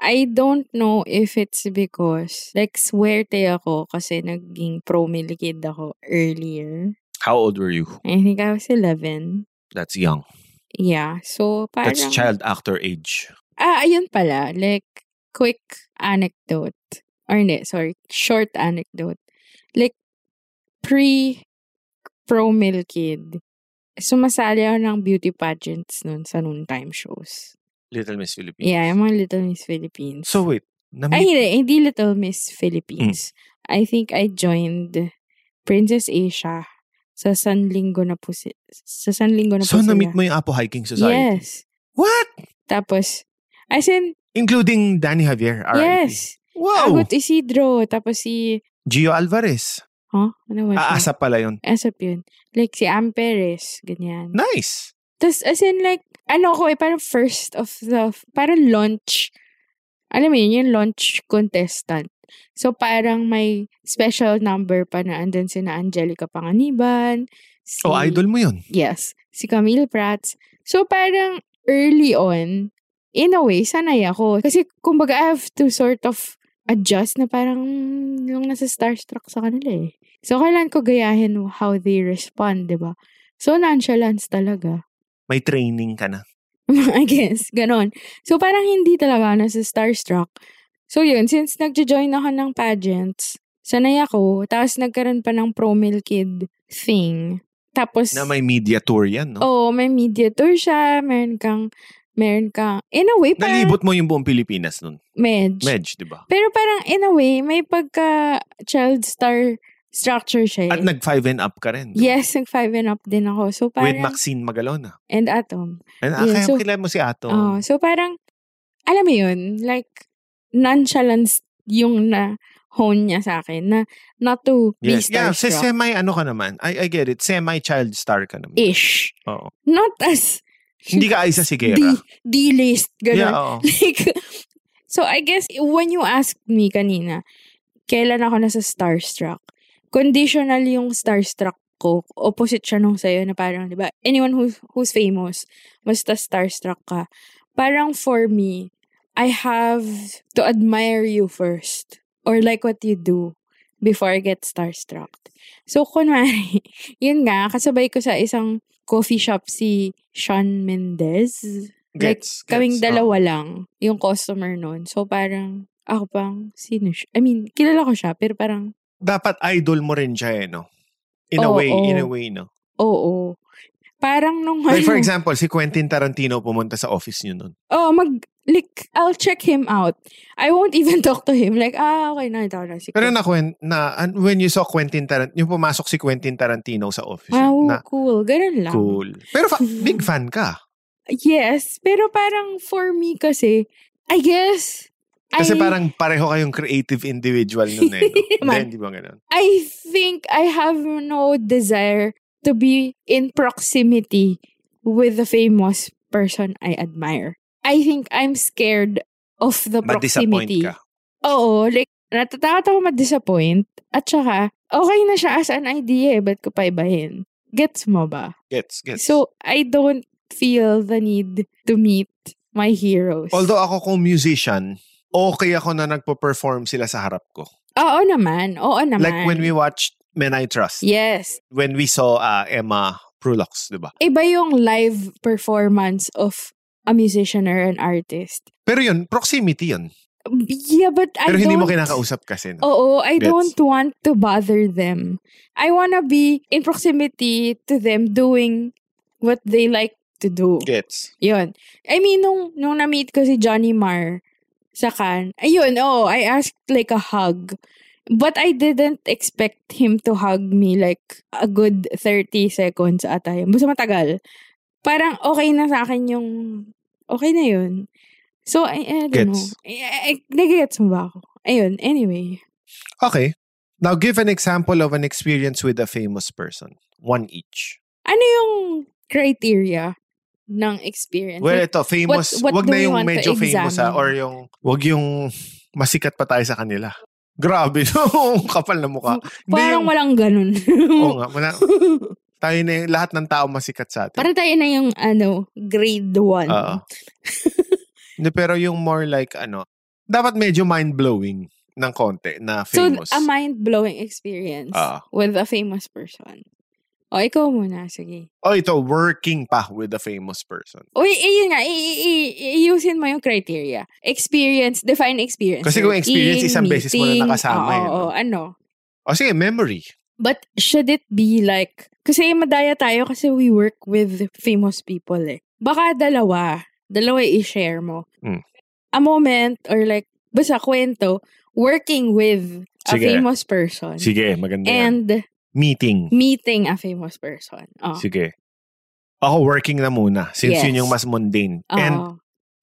S3: I don't know if it's because, like, swerte ako kasi naging pro-mili kid ako earlier.
S2: How old were you?
S3: I think I was 11.
S2: That's young.
S3: Yeah. So, parang...
S2: That's child actor age.
S3: Ah, ayun pala. Like, quick anecdote. Or hindi, sorry. Short anecdote. Like, pre-pro mil kid, sumasali ako ng beauty pageants nun sa noontime shows.
S2: Little Miss Philippines.
S3: Yeah, yung mga Little Miss Philippines.
S2: So ano Mm. wait, na
S3: Ay, hindi. Hindi Little Miss Philippines. I think I joined Princess Asia sa San Linggo na po si- sa San Linggo na
S2: so
S3: po sila.
S2: na-meet mo yung Apo Hiking Society?
S3: Yes.
S2: What?
S3: Tapos, as in,
S2: Including Danny Javier, R.I.P.
S3: yes.
S2: Wow!
S3: Agot Isidro, tapos si,
S2: Gio Alvarez.
S3: huh? Ano ba siya?
S2: Aasa pala yun.
S3: Asap yun. Like si Am Perez, ganyan.
S2: Nice!
S3: Tapos as in like, ano ko eh, parang first of the, parang launch, alam mo yun, yung launch contestant. So parang may special number pa na andun si na Angelica Panganiban. Si,
S2: Oh, idol mo yun.
S3: Yes. Si Camille Prats. So parang early on, in a way, sanay ako. Kasi kumbaga I have to sort of adjust na parang mm, yung nasa starstruck sa kanila eh. So kailan ko gayahin how they respond, di ba? So nonchalance talaga.
S2: May training ka na.
S3: I guess, ganon. So, parang hindi talaga ako nasa starstruck. So, yun, since nagjo-join ako ng pageants, sanay ako, tapos nagkaroon pa ng promil kid thing. Tapos,
S2: Na may media tour yan, no?
S3: oo, may media tour siya, meron kang, meron kang, in a way, parang
S2: Nalibot mo yung buong Pilipinas nun.
S3: medge.
S2: Medj, di ba?
S3: Pero parang, in a way, may pagka child star structure siya. eh.
S2: At nag-five and up ka rin. di ba?
S3: yes, nag five and up din ako. So,
S2: With
S3: parang,
S2: Maxine Magalona.
S3: and Atom.
S2: And, ah,
S3: Yeah,
S2: kaya
S3: so- Oh,
S2: kilala mo si Ato.
S3: Oo, so parang, alam mo yun, like, nonchalance yung na-hone niya sa akin na not to be
S2: yes. Yeah, si
S3: starstruck.
S2: semi ano ka naman. I, I get it. Semi-child star ka naman.
S3: Ish.
S2: Oo.
S3: Not as
S2: Hindi ka Aiza Sigera.
S3: D- D-list.
S2: yeah,
S3: Ganun.
S2: oo.
S3: Like, so I guess, when you asked me kanina, kailan ako nasa starstruck, conditional yung starstruck ko. Opposite siya nung sa'yo na parang, di ba, anyone who's, who's famous, basta starstruck ka. Parang for me, I have to admire you first. Or like what you do before I get starstruck. So, kunwari, yun nga, kasabay ko sa isang coffee shop si Sean Mendez.
S2: Gets, oh. gets.
S3: like, kaming
S2: oo.
S3: dalawa lang yung customer nun. So, parang, ako pang, sino siya? I mean, kilala ko siya, pero parang,
S2: Dapat idol mo rin siya eh, no? In a
S3: Oo,
S2: way, in a
S3: oo.
S2: way, no?
S3: oo. Parang nung,
S2: Like for
S3: ano,
S2: example, si Quentin Tarantino pumunta sa office niyo nun.
S3: oh, mag, like, I'll check him out. I won't even talk to him. Like, ah, okay, nakita ko na. Si
S2: Pero
S3: Quentin.
S2: na, Quen- na an- when you saw Quentin Tarantino, yung pumasok si Quentin Tarantino sa office. niyo,
S3: Wow,
S2: na,
S3: Ah, cool. Ganun lang.
S2: cool. Pero fa- big fan ka.
S3: Yes, pero parang for me kasi, I guess,
S2: Kasi
S3: I-
S2: parang pareho kayong creative individual nun eh. no? Hindi,
S3: Man.
S2: hindi ba ganun?
S3: I think I have no desire to be in proximity with the famous person I admire. I think I'm scared of the
S2: Ma-disappoint
S3: proximity.
S2: ka.
S3: Oo, like, natatakot ako ma-disappoint. At saka, okay na siya as an idea eh, ba't ko pa ibahin? Gets mo ba?
S2: Gets, gets.
S3: So, I don't feel the need to meet my heroes.
S2: Although ako kung musician, okay ako na nagpo-perform sila sa harap ko.
S3: oo naman, oo naman.
S2: Like when we watched Men I Trust.
S3: Yes.
S2: When we saw uh, Emma Prulux, di ba?
S3: Iba yung live performance of a musician or an artist.
S2: Pero yun, proximity yun.
S3: Yeah, but I
S2: Pero hindi mo
S3: don't- Oh.
S2: kinakausap kasi. No?
S3: Oo, I
S2: Gets.
S3: don't want to bother them. I wanna be in proximity to them doing what they like to do.
S2: Gets.
S3: Yun. I mean, nung, nung na-meet ko si Johnny Marr sa Cannes, ayun, oh, I asked like a hug. But I didn't expect him to hug me like a good 30 seconds ata yun. Basta matagal. Parang okay na sa akin yung, okay na yun. So, I, I don't know.
S2: Gets.
S3: I, I, I- nagigets mo ba ako? Ayun, anyway.
S2: Okay. Now give an example of an experience with a famous person. One each.
S3: Ano yung criteria ng experience?
S2: Well, ito, famous.
S3: what
S2: wag
S3: do
S2: na
S3: we
S2: yung
S3: want to
S2: medyo famous ha,
S3: examine?
S2: or yung, wag yung masikat pa tayo sa kanila. Grabe, no? kapal na mukha. Hindi
S3: Hmm, Parang
S2: yung-
S3: walang ganun.
S2: Oo nga, wala- tayo na yung, lahat ng tao masikat sa atin.
S3: Para tayo na yung ano, grade 1.
S2: Oo. Hindi, pero yung more like ano, dapat medyo mind-blowing ng konti na
S3: so,
S2: famous.
S3: a mind-blowing experience
S2: Ah.
S3: with a famous person. O, ikaw muna, sige.
S2: oh, ito, working pa with a famous person.
S3: Uy, ayun nga, i- i- i- iusin mo yung criteria. Experience, define experience.
S2: Kasi kung experience,
S3: Working,
S2: isang beses mo na
S3: meeting,
S2: nakasama
S3: oo,
S2: eh, no?
S3: oo, ano.
S2: O Oh, sige, memory.
S3: But should it be like, kasi madaya tayo kasi we work with famous people eh. Baka dalawa, dalawa i-share mo.
S2: Mm.
S3: A moment or like, basta kwento, working with a
S2: Sige.
S3: famous person.
S2: Sige, maganda yan.
S3: And
S2: Meeting.
S3: meeting a famous person. Oh.
S2: Sige. Ako, working na muna. Since
S3: Yes. Uh-huh.
S2: yun yung mas mundane.
S3: Oo.
S2: And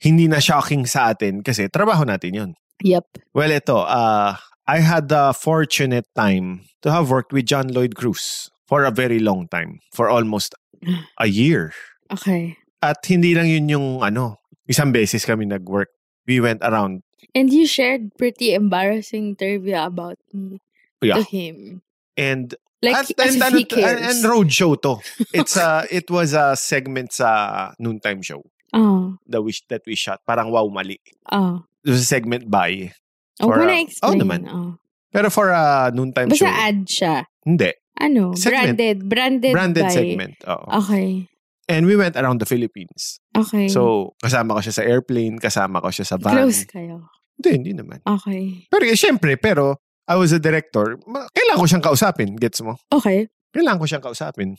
S2: hindi na shocking sa atin kasi trabaho natin yun.
S3: yep.
S2: Well, ito, uh, I had the fortunate time to have worked with John Lloyd Cruz for a very long time, for almost a year.
S3: Okay.
S2: At hindi lang yun yung ano, isang beses kami nag-work. We went around.
S3: And you shared pretty embarrassing trivia about me
S2: Yeah.
S3: to him.
S2: And
S3: Like,
S2: at,
S3: as
S2: and,
S3: if
S2: ano-
S3: he
S2: and,
S3: cares.
S2: and road show to. It's a, it was a segment sa noontime show
S3: oh,
S2: that we, that we shot. Parang wow, mali.
S3: oh.
S2: It was a segment by.
S3: Huwag
S2: For
S3: mo
S2: a-
S3: na explain.
S2: Oh, naman.
S3: Oh.
S2: Pero for a noontime
S3: Basta
S2: show.
S3: ad siya.
S2: Hindi.
S3: Ano?
S2: Segment.
S3: Branded. Branded,
S2: Branded
S3: by...
S2: segment. Oh. Oo.
S3: Okay.
S2: And we went around the Philippines.
S3: Okay.
S2: So, kasama ko siya sa airplane, kasama ko siya sa van.
S3: Close kayo.
S2: Hindi, hindi naman.
S3: Okay.
S2: Pero eh, syempre, pero I was a director, ma- kailangan ko siyang kausapin, gets mo?
S3: Okay.
S2: Kailangan ko siyang kausapin.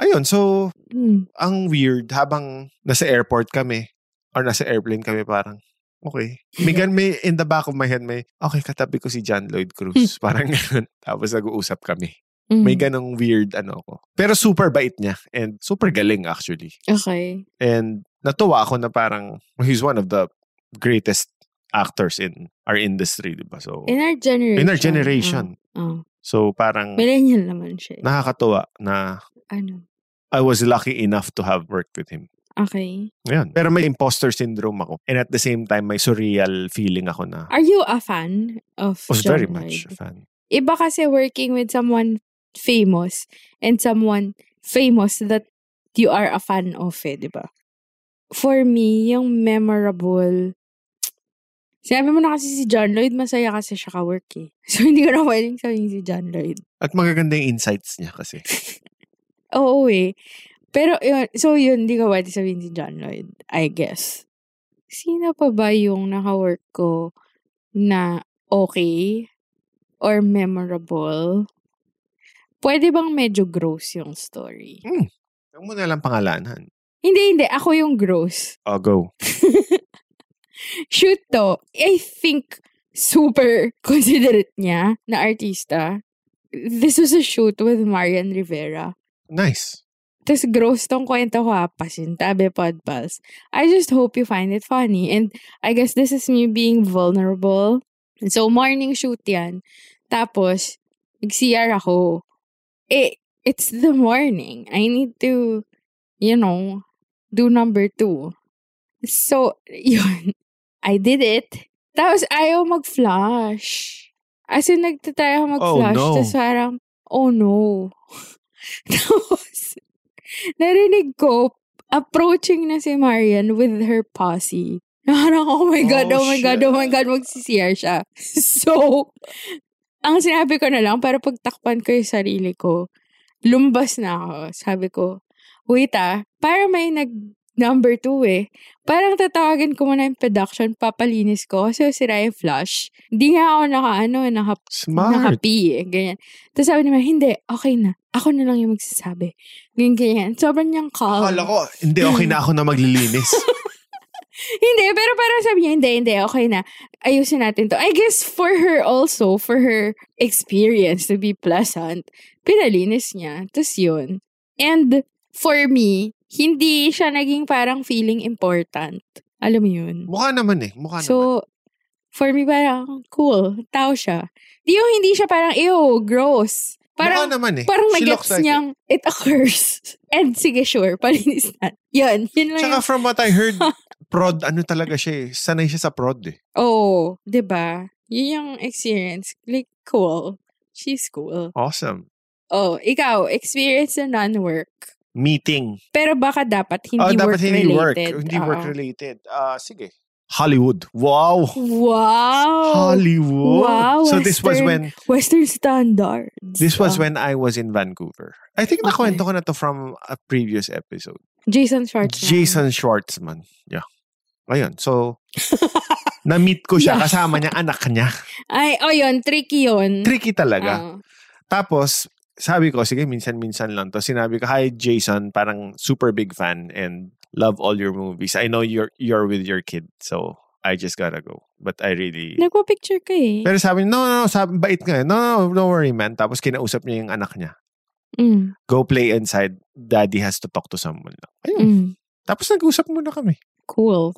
S2: Ayun, so,
S3: Hmm.
S2: ang weird, habang nasa airport kami, or nasa airplane kami parang, okay. May, gan- may in the back of my head, may, okay, katabi ko si John Lloyd Cruz. parang ganun. Tapos nag-uusap kami.
S3: Hmm.
S2: May ganong weird ano ko. Pero super bait niya and super galing actually.
S3: Okay.
S2: And natuwa ako na parang he's one of the greatest actors in our industry, di ba? So,
S3: In our generation.
S2: in our generation.
S3: Oh.
S2: So, parang
S3: Millennial naman siya. eh.
S2: nakakatuwa na
S3: ano?
S2: I was lucky enough to have worked with him.
S3: Okay.
S2: Ayan. Pero may imposter syndrome ako. And at the same time, may surreal feeling ako na I
S3: Are you a fan of
S2: was
S3: John
S2: very much a
S3: Lloyd?
S2: fan.
S3: Iba kasi working with someone famous and someone famous that you are a fan of eh, di ba? For me, yung memorable... Sinabi mo na kasi si John Lloyd, masaya kasi siya ka-work eh. So, hindi ko na pwedeng sabihin si John Lloyd.
S2: At magaganda yung insights niya kasi.
S3: Oo eh. Pero, yun, so yun, hindi ko pwede sabihin si John Lloyd, I guess. Sino pa ba yung naka-work ko na okay or memorable? Pwede bang medyo gross yung story?
S2: Huwag mo na lang pangalanan.
S3: Hindi, hindi. Ako yung gross.
S2: Oh, go.
S3: Shoot to. I think super considerate niya na artista. This was a shoot with Marian Rivera.
S2: Nice.
S3: Tapos gross tong kwento ko ha, pasintabi podpals. I just hope you find it funny. And I guess this is me being vulnerable. So, morning shoot yan. Tapos, nag-CR ako. Eh, it's the morning. I need to, you know, do number two. So, yun. I did it. Tapos, ayaw mag-flush. As in, nagtatry ako
S2: Oh,
S3: mag-flush.
S2: no.
S3: Tapos, parang, oh no. Tapos, narinig ko, approaching na si Marian with her posse. Parang, oh my God, oh,
S2: Oh,
S3: my God, oh my God, magsisiyar siya. So, ang sinabi ko na lang, para pagtakpan ko yung sarili ko, lumbas na ako. Sabi ko, wait ah, para may nag number two eh. Parang tatawagin ko muna yung production, papalinis ko. Kasi sira yung flush. Hindi nga ako naka, ano, naka,
S2: Smart.
S3: nakapi eh, ganyan. Tapos sabi naman, hindi, okay na. Ako na lang yung magsasabi. Ganyan, ganyan. Sobrang niyang calm.
S2: Akala ko, hindi okay na ako na maglilinis.
S3: Hindi, pero parang sabi niya, hindi, hindi, okay na. Ayusin natin to. I guess for her also, for her experience to be pleasant, pinalinis niya. Tapos yun. And for me, hindi siya naging parang feeling important. Alam mo yun?
S2: Mukha naman eh. Mukha naman.
S3: So, for me parang, cool, tao siya. Di yung hindi siya parang, ew, gross. Parang,
S2: Mukha naman eh.
S3: parang
S2: She
S3: nag-gets
S2: looks like
S3: niyang, it. occurs. And sige, sure, palinis na. Yun, yun
S2: it.
S3: lang
S2: Tsaka
S3: yung-
S2: from what I heard, prod, ano talaga siya eh. Sanay siya sa prod eh.
S3: Oh, 'di ba? Yun yung experience. Like, cool. She's cool.
S2: Awesome.
S3: Oh, ikaw, experience na non-work.
S2: Meeting.
S3: Pero baka dapat hindi
S2: Ah, dapat
S3: work-related.
S2: hindi work. Hindi
S3: Oo.
S2: work-related. Ah, sige. Hollywood. Wow.
S3: Wow!
S2: Hollywood.
S3: Wow,
S2: so this was
S3: Western.
S2: when
S3: Western standards.
S2: this was
S3: Ah,
S2: when I was in Vancouver. I think
S3: Okay.
S2: nakwento ko na to from a previous episode.
S3: Jason Schwartzman.
S2: Jason Schwartzman. Yeah. Ayun. So na-meet ko siya
S3: Yeah.
S2: kasama niya anak niya.
S3: Ay, oh yun, tricky yun.
S2: Tricky talaga.
S3: Ah.
S2: Tapos, sabi ko, sige, minsan-minsan lang to. Sinabi ko, hi Jason, parang super big fan and love all your movies. I know you're you're with your kid, so I just gotta go. But I really...
S3: Nagpa-picture ka eh.
S2: Pero sabi niya, no, no, no, sabi, bait nga. eh. No, no, no, don't worry, man. Tapos kinausap niya yung anak niya.
S3: mm,
S2: Go play inside. Daddy has to talk to someone. Now. Ayun.
S3: mm,
S2: Tapos nag-usap muna kami.
S3: cool.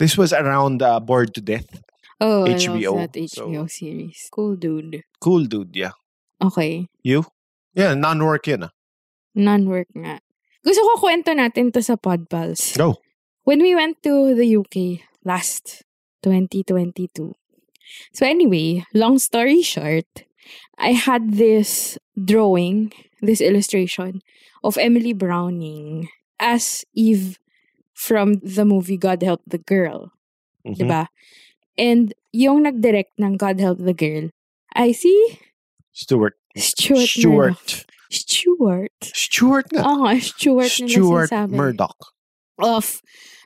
S2: This was around uh, Bored to Death.
S3: Oh,
S2: HBO,
S3: I love that HBO series. Cool, dude.
S2: Cool dude, yeah.
S3: Okay.
S2: You? Yeah, non-work yun ah.
S3: Non-work nga. Gusto ko kwento natin to sa Podpals.
S2: Go.
S3: When we went to the UK last 2022. So anyway, long story short, I had this drawing, this illustration of Emily Browning as Eve from the movie God Help the Girl.
S2: Mhm.
S3: Diba? And yung nag-direct ng God Help the Girl, I see
S2: Stuart.
S3: Stuart Murdoch.
S2: Stuart.
S3: Stuart.
S2: Stuart nga.
S3: Oo nga, Stuart,
S2: Stuart
S3: na sinasabi.
S2: Murdoch.
S3: Of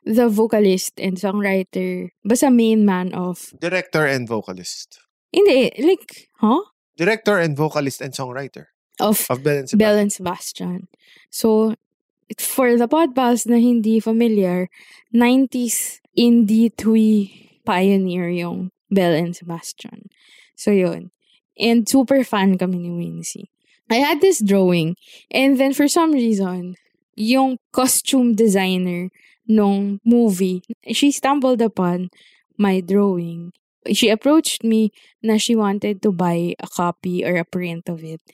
S3: the vocalist and songwriter. Basta main man of...
S2: Director and vocalist.
S3: Hindi, like, huh?
S2: Director and vocalist and songwriter
S3: Of
S2: of Bell and
S3: Bell
S2: Sebastian.
S3: and Sebastian. So, for the podbals na hindi familiar, 90s indie twee pioneer yung Bell and Sebastian. So, yun. And super fan kami ni Wincy. I had this drawing and then for some reason, yung costume designer nung movie, she stumbled upon my drawing. She approached me na she wanted to buy a copy or a print of it.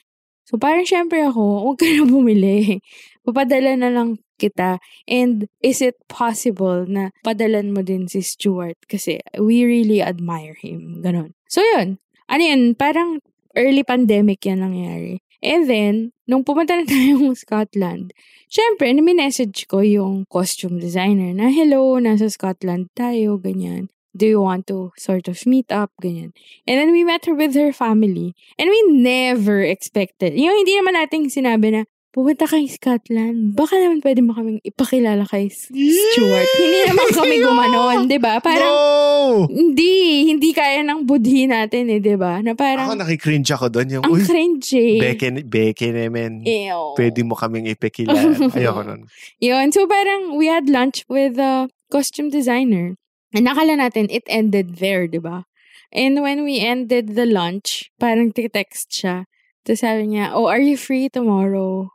S3: So, parang syempre ako, huwag ka na bumili. Papadala na lang kita. And is it possible na padalan mo din si Stuart? Kasi we really admire him. Ganon. So, yun. Ano yun? Parang early pandemic yan nangyari. And then, nung pumunta na tayong Scotland, syempre, message ko yung costume designer na, hello, nasa Scotland tayo, ganyan. Do you want to sort of meet up? Ganyan. And then we met her with her family. And we never expected. Yung hindi naman nating sinabi na, pupunta kay Scotland, baka naman pwede mo kaming ipakilala kay S- Stuart. Hindi naman kami gumanon, di ba? Parang,
S2: no!
S3: hindi, hindi kaya ng budhi natin eh, di ba? Na
S2: Ako
S3: parang,
S2: nakikringe ako doon. Yung,
S3: ang
S2: uy,
S3: cringe eh.
S2: Beke, beke naman.
S3: Ew.
S2: Pwede mo kaming ipikilan. Ayoko nun.
S3: Yun. So, parang we had lunch with a costume designer. And nakala natin, it ended there, di ba? And when we ended the lunch, parang text siya. Tapos sabi niya, oh, are you free tomorrow?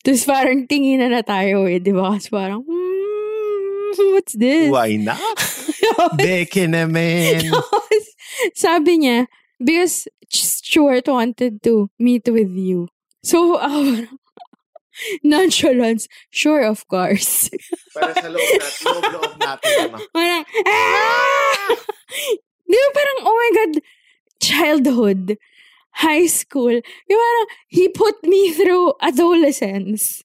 S3: Tapos parang tingin na na tayo eh, di ba? Kasi parang, hmm, what's this?
S2: Why not? Beke naman.
S3: Tapos, sabi niya, because Stuart wanted to meet with you. So, ako parang, nonchalance, sure of course.
S2: Para sa loob natin, loob, loob natin. Ano.
S3: Parang, ah! Di ba parang, oh my God, childhood, high school. Di ba parang, he put me through adolescence.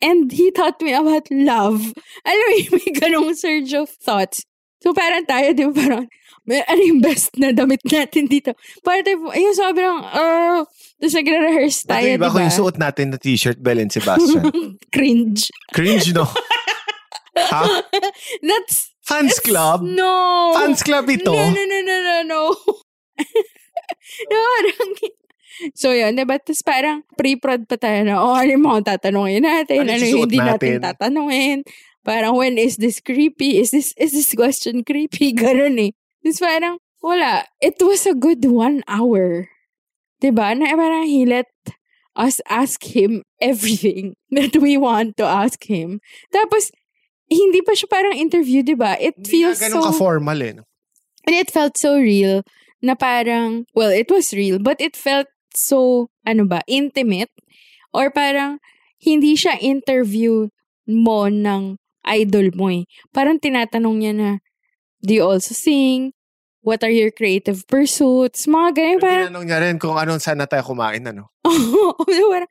S3: And he taught me about love. Alam mo, yun, may ganong surge of thoughts. So parang tayo, di ba parang, may, ano yung best na damit natin dito? Parang tayo, ayun, sobrang, uh, tapos nagre-rehearse
S2: Tayo,
S3: tayo, diba? di
S2: iba ko
S3: ba?
S2: yung suot natin na t-shirt, Belen Sebastian.
S3: Cringe.
S2: Cringe, no? ha?
S3: That's,
S2: Fans club?
S3: no.
S2: Fans club ito?
S3: No, no, no, no, no, no. no, parang... So yun, diba? Tapos parang pre-prod pa tayo na, oh, ano yung mga tatanungin natin?
S2: Ano
S3: Ano,
S2: yung
S3: yung
S2: susuot
S3: hindi natin?
S2: natin?
S3: tatanungin? Parang, when is this creepy? Is this is this question creepy? Ganun eh. Tapos parang, wala. It was a good one hour. Diba? Na parang he let us ask him everything that we want to ask him. Tapos, hindi pa siya parang interview, diba? It feels
S2: Ganun
S3: so...
S2: ka-formal eh. no?
S3: And it felt so real na parang, well, it was real, but it felt so, ano ba, intimate. Or parang, hindi siya interview mo ng idol mo eh. Parang tinatanong niya na, do you also sing? What are your creative pursuits? Mga ganyan, parang,
S2: Tinanong niya rin kung anong saan na tayo kumain, ano?
S3: oh, parang,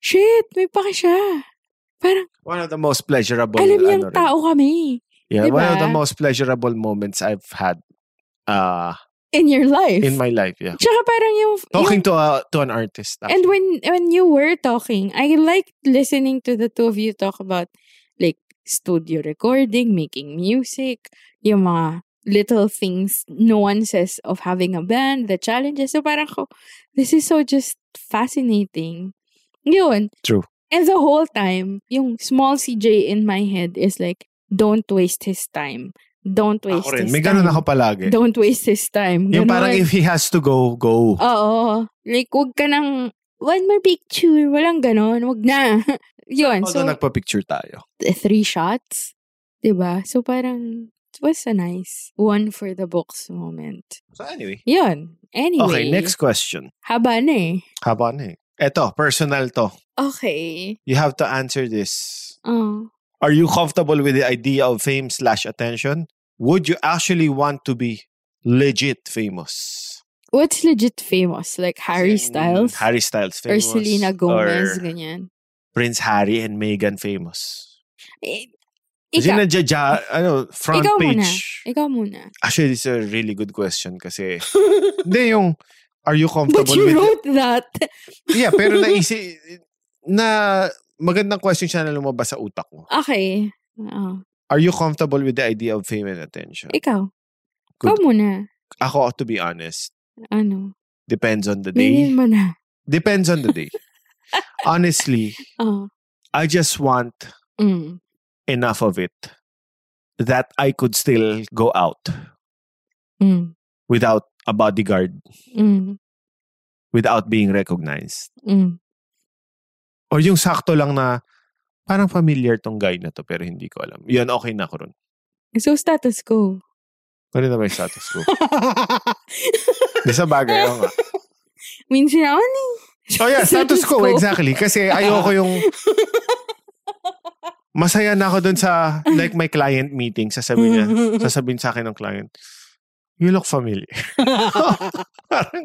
S3: shit, may paka siya. Parang,
S2: One of the most pleasurable.
S3: alam niyang
S2: ano rin.
S3: tao kami
S2: Yeah, one of
S3: diba?
S2: the most pleasurable moments I've had uh,
S3: in your life.
S2: in my life, yeah.
S3: Tsaka parang yung, yung
S2: Talking to a, to an artist. actually.
S3: And when when you were talking, I liked listening to the two of you talk about like studio recording, making music, yung mga little things nuances of having a band, the challenges. So parang ko, this is so just fascinating. Yun.
S2: True.
S3: And the whole time, yung small CJ in my head is like, don't waste his time. Don't waste
S2: Ako rin.
S3: his
S2: May
S3: time.
S2: ganun ako palagi.
S3: Don't waste his time.
S2: Yung
S3: Ganun. Oh,
S2: parang if he has to go, go.
S3: Oo. Like, huwag ka nang, one more picture, walang ganon, wag na. Yun,
S2: Although
S3: so,
S2: nagpa-picture tayo.
S3: th- three shots, 'di ba So, parang, it was a nice one for the books moment.
S2: So anyway.
S3: Yun.
S2: Okay,
S3: Anyway.
S2: next question.
S3: Haba na eh.
S2: Haba na eh. Eto, personal to.
S3: Okay.
S2: You have to answer this.
S3: Oh.
S2: Are you comfortable with the idea of fame slash attention? Would you actually want to be legit famous?
S3: What's legit famous? Like Harry
S2: As in,
S3: Styles?
S2: Harry Styles
S3: or
S2: famous.
S3: Selena Gomez,
S2: or
S3: ganyan.
S2: Prince Harry and Meghan famous.
S3: Eh,
S2: Kasi
S3: ikaw,
S2: nadyaja, ano, front
S3: ikaw muna.
S2: page.
S3: Ikaw muna.
S2: Actually, this is a really good question kasi, hindi yung, are you
S3: But
S2: comfortable
S3: you
S2: with
S3: wrote that.
S2: Yeah, pero naisi, na magandang question siya na lumabas sa utak mo.
S3: Okay. Oh.
S2: Are you comfortable with the idea of fame and attention?
S3: Ikaw. Ikaw
S2: Good.
S3: muna.
S2: Ako, to be honest,
S3: Ano?
S2: depends on the
S3: Bilhin
S2: day.
S3: mo na.
S2: Depends on the day. Honestly,
S3: Oh.
S2: I just want
S3: Mm.
S2: enough of it that I could still go out
S3: Mm.
S2: without a bodyguard,
S3: Mm.
S2: without being recognized.
S3: Mm.
S2: Or yung sakto lang na parang familiar tong guy na to pero hindi ko alam. Yun, okay na ako ron.
S3: So, status quo.
S2: Ano na ba yung status ko? Di sa bagay, oo nga.
S3: Means yun ako ni.
S2: Oh yeah, status ko, exactly. Kasi ayoko yung... Masaya na ako dun sa, like, my client meeting. Sasabihin niya, sasabihin sa akin ng client, you look familiar. parang,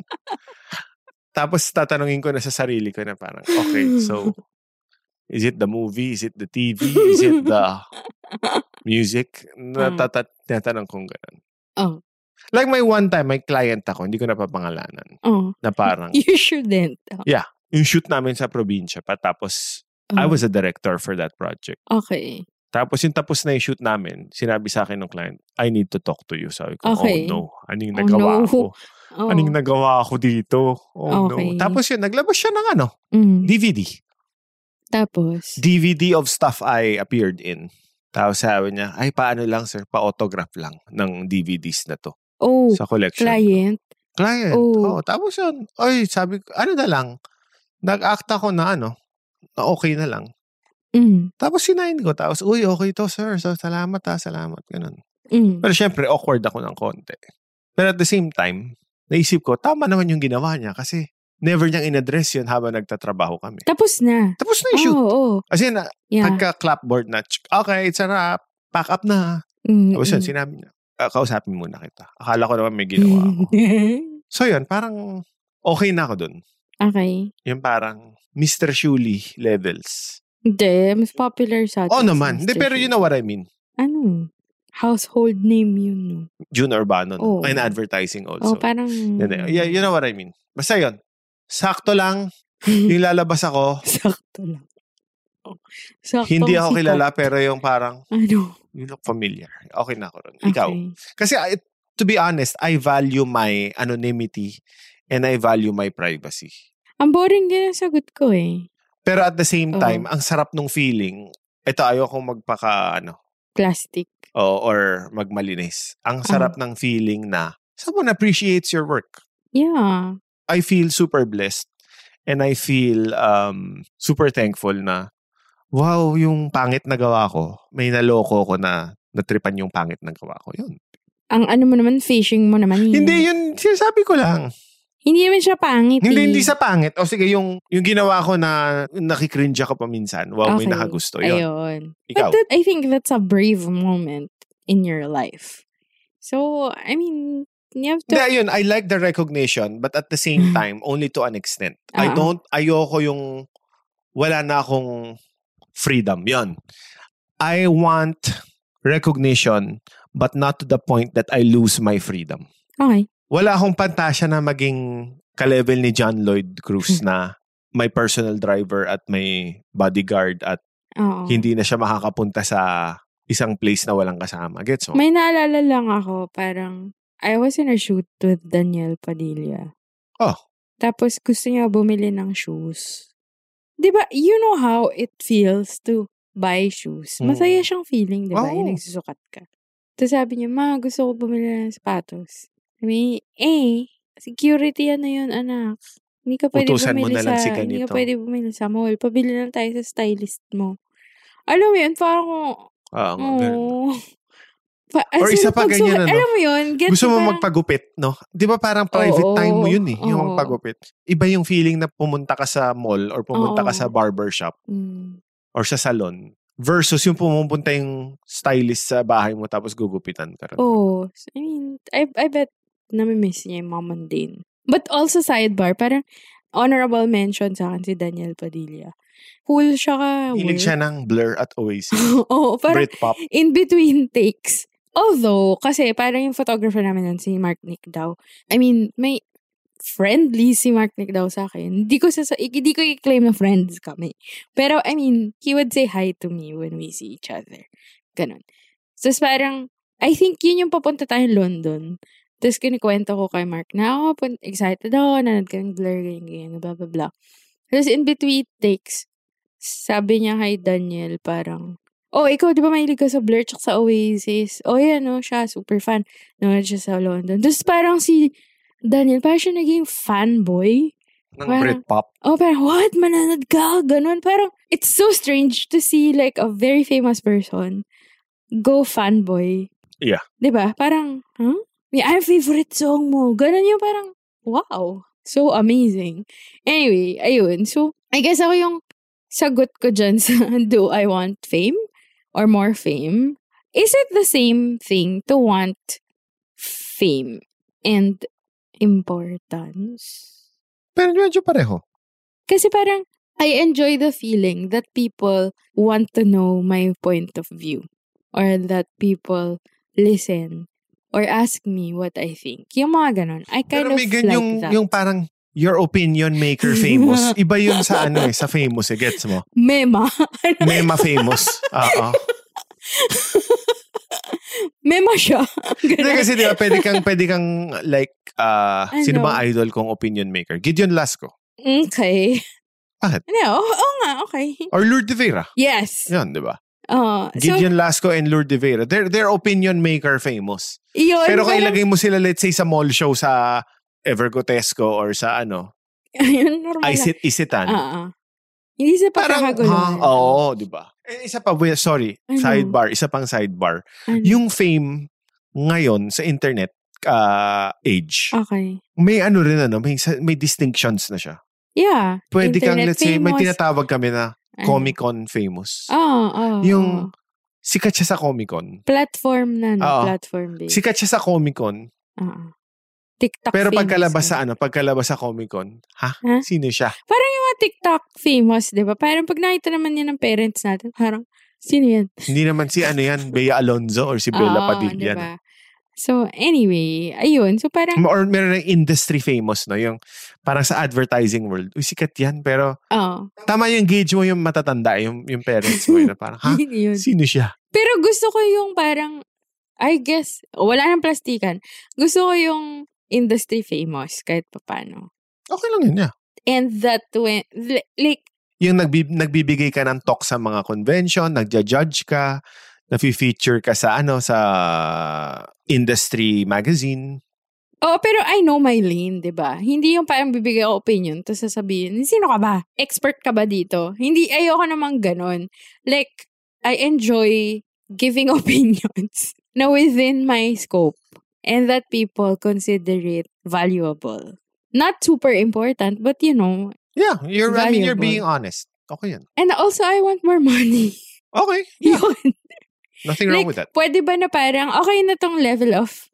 S2: tapos tatanungin ko na sa sarili ko na parang, okay, so, is it the movie? Is it the TV? Is it the music? Natata- Tinatanong kong ganun.
S3: Oh.
S2: Like, may one time, may client ako, hindi ko napapangalanan,
S3: Oh.
S2: na parang,
S3: You shouldn't. Oh.
S2: yung shoot namin sa probinsya pa, tapos I
S3: Mm.
S2: was a director for that project.
S3: Oh, Okay.
S2: Tapos yung tapos na yung shoot namin, sinabi sa akin ng client, I need to talk to you. Sabi ko,
S3: Okay.
S2: oh no, anong
S3: Oh,
S2: nagawa
S3: no.
S2: ako?
S3: Oh.
S2: Anong nagawa ako dito? Oh no.
S3: Okay.
S2: Tapos yun, naglabas siya ng ano,
S3: Mm.
S2: DVD.
S3: Tapos.
S2: DVD of stuff I appeared in. Tapos sabi niya, ay paano lang sir, pa-autograph lang ng DVDs na to
S3: oh.
S2: sa collection.
S3: client. Oh.
S2: Client. Oh,
S3: Oo.
S2: Oo. tapos yun. Ay, sabi ko, ano na lang, nag-act ako na ano, na okay na lang.
S3: Mm.
S2: Tapos sinayin ko. Tapos, uy, okay to, sir. So, salamat ha, salamat. Ganun.
S3: Mm.
S2: Pero syempre, awkward ako ng konti. Pero at the same time, naisip ko, tama naman yung ginawa niya kasi never niyang in-address yun habang nagtatrabaho kami.
S3: Tapos na.
S2: Tapos na yung
S3: Oo,
S2: shoot.
S3: oh,
S2: As in, ah,
S3: Yeah.
S2: pagka-clapboard na, "Ch- okay, it's a wrap. Pack up na.
S3: Mm,
S2: Tapos yun,
S3: mm.
S2: sinabi niya, "Ah, kausapin muna kita. Akala ko naman may ginawa ako. So yun, parang okay na ako dun.
S3: okay.
S2: Yung parang Mr. Shuli levels.
S3: Hindi, mas popular sa atin.
S2: Oh
S3: si
S2: naman. Hindi,
S3: Mr.
S2: pero you know what I mean.
S3: Ano? Household name yun. no?
S2: June Urbano.
S3: Oh.
S2: Oh. And advertising
S3: Oh,
S2: also.
S3: parang...
S2: Yun eh. Yeah, you know what I mean. Basta yun. Sakto lang.
S3: Hmm.
S2: Yung lalabas ako,
S3: Sakto lang. Sakto
S2: Oh. hindi ako kilala, pero yung parang,
S3: Ano?
S2: you look familiar. Okay na ako ron. Ikaw.
S3: Okay.
S2: Kasi, I- to be honest, I value my anonymity and I value my privacy.
S3: Ang boring din ang sagot ko eh.
S2: Pero at the same
S3: Oo.
S2: time, ang sarap nung feeling, ito ayokong magpaka, ano,
S3: Plastic.
S2: o, or magmalinis. Ang sarap ng feeling na someone appreciates your work.
S3: Yeah.
S2: I feel super blessed and I feel um, super thankful na wow, yung pangit na gawa ko, may naloko ko na natripan yung pangit na gawa ko. Yun.
S3: Ang ano mo naman, fishing mo naman. eh.
S2: Hindi, yun, sinasabi ko lang.
S3: Hindi naman siya pangit
S2: Hindi,
S3: eh.
S2: hindi sa pangit. O sige, yung, yung ginawa ko na nakikringe ako paminsan, wow, may
S3: Okay.
S2: nakagusto. Yun.
S3: Oh, Ayun.
S2: Ikaw.
S3: But that, I think that's a brave moment in your life. So, I mean, you have
S2: Hindi,
S3: to...
S2: ayun, I like the recognition, but at the same time, only to an extent. I
S3: Mm-hmm. Ah.
S2: don't, ayoko yung, wala na akong freedom. Yun. I want recognition, but not to the point that I lose my freedom.
S3: Okay.
S2: Wala akong pantasya na maging ka-level ni John Lloyd Cruz na may personal driver at may bodyguard at
S3: Oo.
S2: hindi na siya makakapunta sa isang place na walang kasama. Gets mo?
S3: May naalala lang ako, parang, I was in a shoot with Daniel Padilla.
S2: Oh.
S3: Tapos gusto niya bumili ng shoes. 'Di ba you know how it feels to buy shoes.
S2: Mm.
S3: Masaya siyang feeling, di ba?
S2: Oo.
S3: Yung nagsusukat ka. Tapos sabi niya, ma, gusto ko bumili ng sapatos. Sabi niya, eh, security yan na yun, anak. Hindi ka pwede
S2: Utusan mo
S3: bumili
S2: na lang
S3: sa,
S2: si
S3: hindi ka
S2: ganito."
S3: pwede bumili sa mall. Pabili lang tayo sa stylist mo. Alam mo yun, parang
S2: Ah, ganun.
S3: Oo. Pa,
S2: Or
S3: as
S2: isa
S3: in,
S2: pa
S3: pag
S2: ganyan,
S3: suka-
S2: ano?
S3: Alam mo yun? Get
S2: Gusto mo
S3: parang-
S2: magpagupit, no? Di ba parang private
S3: Oo,
S2: time mo yun eh, yung
S3: oo.
S2: magpagupit. Iba yung feeling na pumunta ka sa mall or pumunta ka
S3: Oo.
S2: sa barbershop
S3: Mm.
S2: or sa salon versus yung pumunta yung stylist sa bahay mo tapos gugupitan ka rin.
S3: Oh, so, I mean, I, I bet namimiss niya yung mga mundane. But also sidebar, parang honorable mention sa akin si Daniel Padilla. Cool siya ka.
S2: Hilig
S3: work.
S2: siya ng Blur at Oasis.
S3: Oo, parang
S2: Britpop.
S3: in between takes. Although, kasi parang yung photographer namin nun, si Mark Nickdaw. I mean, may friendly si Mark Nickdaw sa akin. Hindi ko, sasa- hindi ko i-claim na friends kami. Pero, I mean, he would say hi to me when we see each other. Ganon. Tapos parang, I think yun yung papunta tayo London. Tapos kinikwento ko kay Mark na, oh, pun- excited ako, nanood ka ng blur, ganyan, ganyan, blah, blah, blah. Tapos in between takes, sabi niya kay Daniel, parang, Oh, ikaw, di ba mahilig ka sa Blur tsaka sa Oasis? Oh, yan, no, siya, super fan. Nanonood siya sa London. Tapos parang si Daniel, parang siya naging fanboy.
S2: Ng
S3: parang-
S2: Britpop.
S3: Oh, parang, what? Mananad ka? Ganun. Parang, it's so strange to see, like, a very famous person go fanboy.
S2: Yeah.
S3: Di ba? Parang, huh? May our favorite song mo. Ganun yung parang, wow. So amazing. Anyway, ayun. So, I guess ako yung sagot ko dyan sa do I want fame or more fame? Is it the same thing to want fame and importance?
S2: Pero medyo pareho.
S3: Kasi parang, I enjoy the feeling that people want to know my point of view. Or that people listen. Or ask me what I think. Yung mga ganun. I kind
S2: Pero
S3: of
S2: may gan-
S3: like
S2: yung,
S3: that.
S2: yung parang your opinion maker famous. Iba yun sa ano eh, sa famous eh. Gets mo?
S3: Mema.
S2: Mema famous. Oo.
S3: Mema siya.
S2: Hindi
S3: Ganun.
S2: kasi di ba, pwede kang, pwede kang like, ah,
S3: Ano?
S2: sino ba ang idol kong opinion maker? Gideon Lasco.
S3: Okay.
S2: Bakit?
S3: Hindi, oo oo nga, okay.
S2: Or Lourdes de Vera.
S3: Yes.
S2: Yan, di ba?
S3: Oo. so,
S2: Gideon Lasco and Lourdes de Vera. They're, they're opinion maker famous.
S3: yun.
S2: Pero kung
S3: ano parang-
S2: ilagay mo sila, let's say, sa mall show sa Evergotesco or sa ano,
S3: Ayun, normal.
S2: Isit,
S3: lang.
S2: Isitan.
S3: Oo. Hindi sa
S2: Parang, ha?
S3: pagkakaguluhan.
S2: Oo, di ba? Eh, isa pa, well, sorry,
S3: Ano?
S2: sidebar. Isa pang sidebar.
S3: Ano?
S2: Yung fame ngayon sa internet ah, age,
S3: Okay.
S2: may ano rin ano, may, may distinctions na siya.
S3: Yeah.
S2: Pwede kang,
S3: Internet
S2: let's say, may
S3: famous. Oh.
S2: tinatawag kami na
S3: Ano?
S2: Comic-Con famous.
S3: Oo, oo,
S2: Yung-
S3: oo.
S2: Sikat siya sa Comic-Con.
S3: Platform na, no?
S2: Oo.
S3: Platform based.
S2: Sikat siya sa Comic-Con.
S3: Oo. TikTok
S2: Pero
S3: famous
S2: pagkalabas
S3: na.
S2: sa ano, pagkalabas sa Comic-Con, ha?
S3: Ha?
S2: Sino siya?
S3: Parang yung mga TikTok famous, di ba? Parang pag nakita naman yan ng parents natin, parang, sino yan?
S2: Hindi naman si ano yan, Bea Alonzo or si Bella
S3: Oo,
S2: Padilla.
S3: diba? So, anyway, ayun. So, parang,
S2: Or meron ng industry famous, no? Yung parang sa advertising world. Uy, sikat yan, pero
S3: oh,
S2: tama yung gauge mo yung matatanda, yung, yung parents mo. yun, na parang, ha?
S3: yun yun.
S2: Sino siya?
S3: Pero gusto ko yung parang, I guess, wala nang plastikan. Gusto ko yung industry famous, kahit papano.
S2: Okay lang yun, yeah.
S3: And that when, li- like,
S2: Yung nagbi- nagbibigay ka ng talk sa mga convention, nagja-judge ka, nafe-feature ka sa ano sa industry magazine.
S3: oh, pero I know my lane, di ba? Hindi yung parang bibigay ako opinion, tapos sasabihin, sino ka ba? Expert ka ba dito? Hindi, ayoko namang ganon. Like, I enjoy giving opinions na within my scope and that people consider it valuable. Not super important, but you know,
S2: Yeah, you're I mean, you're
S3: Valuable.
S2: being honest. Okay yan.
S3: And also, I want more money.
S2: Okay.
S3: Yun.
S2: Nothing wrong
S3: Like,
S2: with that.
S3: pwede ba na parang, okay na tong level of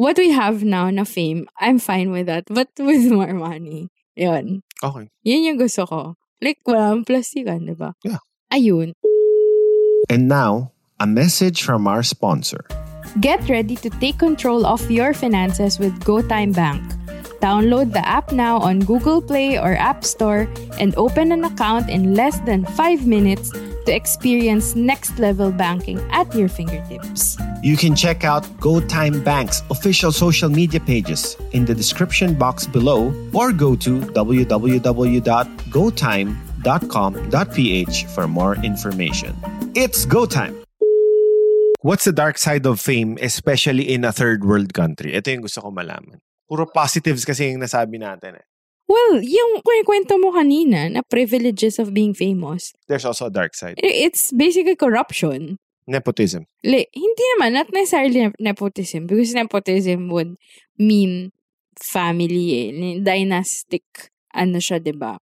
S3: what we have now na fame. I'm fine with that. But with more money. Yun.
S2: Okay.
S3: Yun yung gusto ko. Like, walang plastikan, di ba?
S2: Yeah.
S3: Ayun.
S2: And now, a message from our sponsor.
S3: Get ready to take control of your finances with GoTime Bank. Download the app now on Google Play or App Store and open an account in less than 5 minutes to experience next level banking at your fingertips.
S5: You can check out GoTime Bank's official social media pages in the description box below or go to www.gotime.com.ph for more information. It's go time!
S2: What's the dark side of fame, especially in a third world country? Ito yung gusto ko malaman. Puro positives kasi yung nasabi natin eh.
S3: Well, yung kwento mo kanina na privileges of being famous, eh,
S2: There's also a dark side.
S3: it's basically corruption.
S2: Nepotism.
S3: Like, hindi naman, not necessarily nep- nepotism because nepotism would mean family, eh, ni- dynastic, ano siya, 'di ba?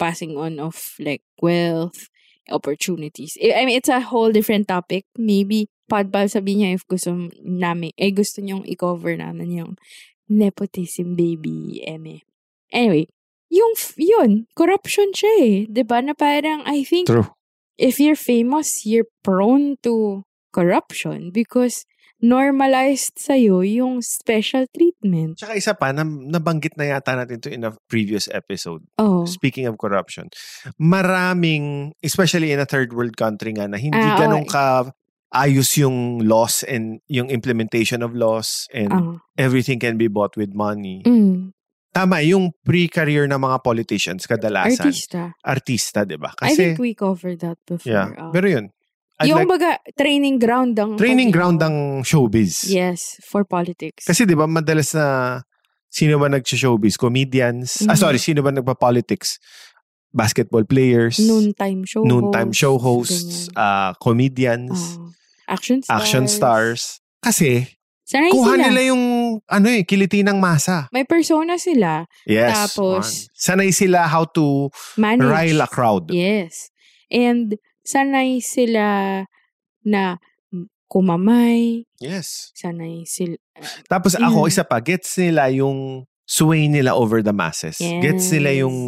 S3: Passing on of like wealth, opportunities. I I mean, it's a whole different topic. Maybe, podball sabihin niya if gusto namin, eh gusto niyong i-cover namin yung nepotism baby, eme. Anyway, yung, f- yun, corruption siya eh. 'Di ba Na parang, I think,
S2: True.
S3: if you're famous, you're prone to corruption because normalized sa'yo yung special treatment.
S2: Tsaka isa pa, nam- nabanggit na yata natin to in a previous episode.
S3: Oh.
S2: Speaking of corruption, maraming, especially in a third world country nga, na hindi
S3: Ah,
S2: ganong
S3: okay.
S2: ka ayos yung laws and yung implementation of laws and
S3: Ah.
S2: everything can be bought with money.
S3: Mm.
S2: Tama, yung pre-career ng mga politicians kadalasan.
S3: Artista.
S2: Artista, di ba?
S3: I
S2: Kasi,
S3: think we covered that before.
S2: yeah.
S3: ah.
S2: Pero yun. I'd
S3: yung
S2: like-
S3: baga, training ground ang...
S2: training ground
S3: pag-inom.
S2: ang showbiz.
S3: Yes, for politics.
S2: Kasi 'di ba madalas na sino ba nag-showbiz? Comedians. Ah
S3: Mhm.
S2: sorry, sino ba nagpa-politics? Basketball players,
S3: noontime show
S2: noontime
S3: hosts,
S2: show hosts,
S3: ganyan.
S2: ah, comedians,
S3: Ah. action stars.
S2: action stars. Kasi
S3: Sanay
S2: kuha
S3: sila.
S2: nila yung ano eh, kiliti ng masa.
S3: May persona sila.
S2: Yes.
S3: Tapos-
S2: man. sanay sila how to
S3: Manage.
S2: rile a crowd.
S3: Yes. And sanay sila na kumamay,
S2: Yes.
S3: sanay sila.
S2: Tapos
S3: Mm.
S2: ako isa pa, gets nila yung sway nila over the masses. Gets nila
S3: Yes.
S2: yung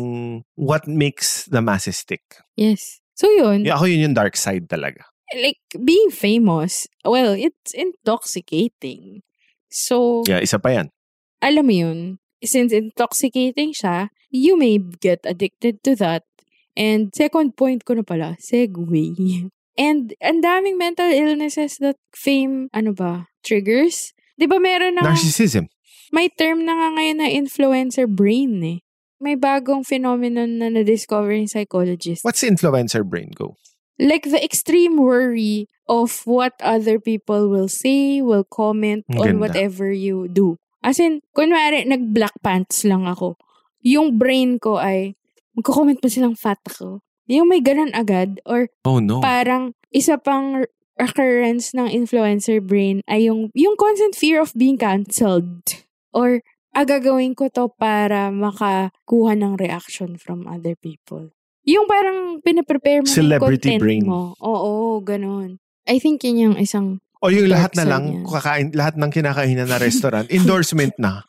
S2: what makes the masses tick.
S3: Yes. So yun,
S2: Yeah, ako yun yung dark side talaga.
S3: like being famous, well, it's intoxicating. So,
S2: Yeah, isa pa yan.
S3: alam mo yun, since intoxicating siya, you may get addicted to that. And second point ko na pala, segue. And ang daming mental illnesses that fame, ano ba, triggers? Di ba meron na nga-
S2: Narcissism.
S3: may term na nga ngayon na influencer brain eh. May bagong phenomenon na na-discover yung psychologist.
S2: What's influencer brain go?
S3: Like the extreme worry of what other people will say, will comment
S2: Ang
S3: on
S2: ganda.
S3: whatever you do. As in, kunwari, nag-black pants lang ako. Yung brain ko ay, magko-comment pa silang fat ako. Yung may ganun agad or
S2: Oh no.
S3: parang isa pang occurrence ng influencer brain ay yung, yung constant fear of being cancelled or agagawin ko to para makakuha ng reaction from other people. Yung parang pinaprepare mo
S2: Celebrity
S3: yung content
S2: brain.
S3: mo. Oo, ganun. I think yun yung isang
S2: o yung lahat
S3: dark
S2: na
S3: side
S2: lang,
S3: yan.
S2: kakain, lahat ng kinakainan na restaurant, endorsement na.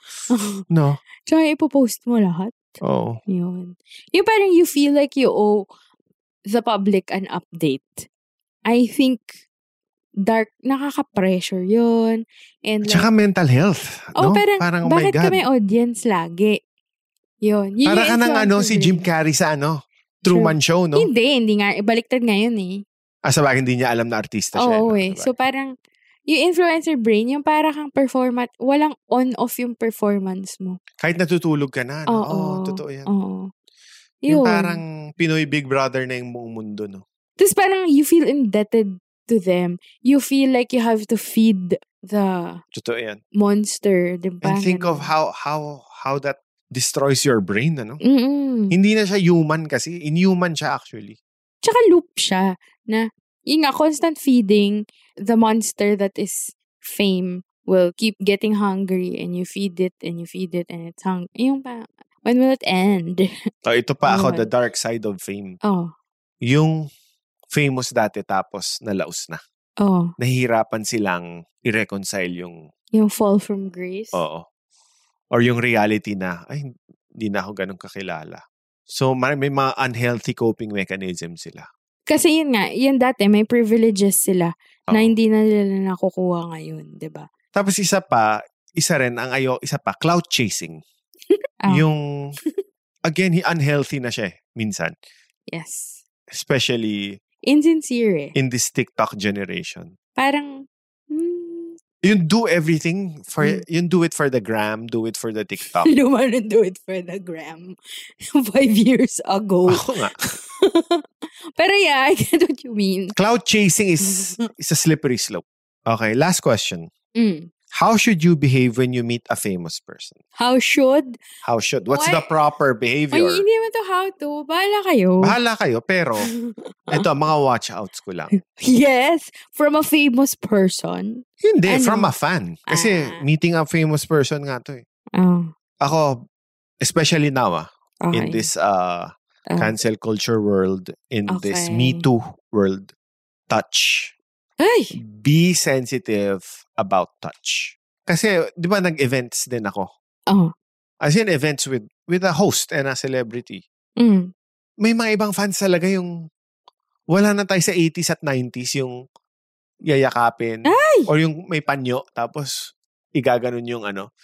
S2: No?
S3: Tsaka ipopost mo lahat.
S2: Oo.
S3: Yun. Yung parang you feel like you owe the public an update. I think dark, nakaka-pressure yun. And like,
S2: Tsaka mental health.
S3: oh,
S2: no?
S3: parang,
S2: parang, oh my
S3: bakit
S2: God.
S3: ka may audience lagi? Yun. yun
S2: Para
S3: yung
S2: ka ng ano,
S3: influencer
S2: si Jim
S3: brain.
S2: Carrey sa ano, Truman Show, no?
S3: Hindi, hindi nga. Baliktad ngayon eh.
S2: Ah, sa bagay, hindi niya alam na artista siya.
S3: Oo
S2: no?
S3: eh.
S2: Diba?
S3: So parang, yung influencer brain, yung para kang performance, walang on-off yung performance mo.
S2: Kahit natutulog ka na, no? Oo,
S3: Oo.
S2: totoo yan.
S3: Oo.
S2: Yung
S3: Yun.
S2: parang Pinoy Big Brother na yung buong mundo, no?
S3: Tapos parang you feel indebted to them. You feel like you have to feed the
S2: Totoo yan.
S3: monster, di ba?
S2: And think of how how how that destroys your brain, ano?
S3: mm
S2: Hindi na siya human kasi. Inhuman siya actually.
S3: Tsaka loop siya na, yun nga, constant feeding, the monster that is fame will keep getting hungry and you feed it and you feed it and it's hungry. Yung pa, when will it end?
S2: So, Oh, ito pa ako,
S3: Yun.
S2: the dark side of fame.
S3: Oh,
S2: Yung famous dati tapos nalaos na.
S3: oh,
S2: Nahihirapan silang i-reconcile yung
S3: yung fall from grace.
S2: oo. Or yung reality na, ay, hindi na ako ganun kakilala. So, mar- may mga unhealthy coping mechanism sila.
S3: Kasi yun nga, yan dati, may privileges sila na
S2: Oo.
S3: hindi na nila nakukuha ngayon, di ba?
S2: Tapos isa pa, isa rin, ang ayo, isa pa, cloud chasing.
S3: Ah.
S2: Yung, again, he- unhealthy na siya eh, minsan.
S3: Yes.
S2: Especially
S3: Insincere eh.
S2: in this TikTok generation.
S3: parang, mm,
S2: Yung do everything for,
S3: Mm.
S2: yung do it for the gram, do it for the TikTok.
S3: you don't wanna do it for the gram five years ago.
S2: Ako nga.
S3: Pero yeah, I get what you mean.
S2: Cloud chasing is,
S3: Mm-hmm.
S2: is a slippery slope. Okay, last question.
S3: Mm.
S2: How should you behave when you meet a famous person?
S3: How should?
S2: How should? What's the
S3: Why-
S2: proper
S3: Ay,
S2: behavior?
S3: hindi mo to how to. Bahala kayo.
S2: Bahala kayo, pero ito, mga watch outs ko lang.
S3: Yes, from a famous person.
S2: Hindi,
S3: Ano?
S2: from a fan. Kasi
S3: Ah.
S2: meeting a famous person nga to eh.
S3: Oh,
S2: Ako, especially now ah,
S3: okay.
S2: in this uh,
S3: Oh.
S2: cancel culture world, in this
S3: Okay.
S2: Me Too world, touch.
S3: Ay!
S2: Be sensitive about touch. Kasi, di ba nag-events din ako?
S3: Oh.
S2: As in, events with, with a host and a celebrity.
S3: Mm.
S2: May mga ibang fans talaga yung wala na tayo sa 80s at 90s yung yayakapin.
S3: Ay!
S2: Or yung may panyo, tapos igaganon yung ano,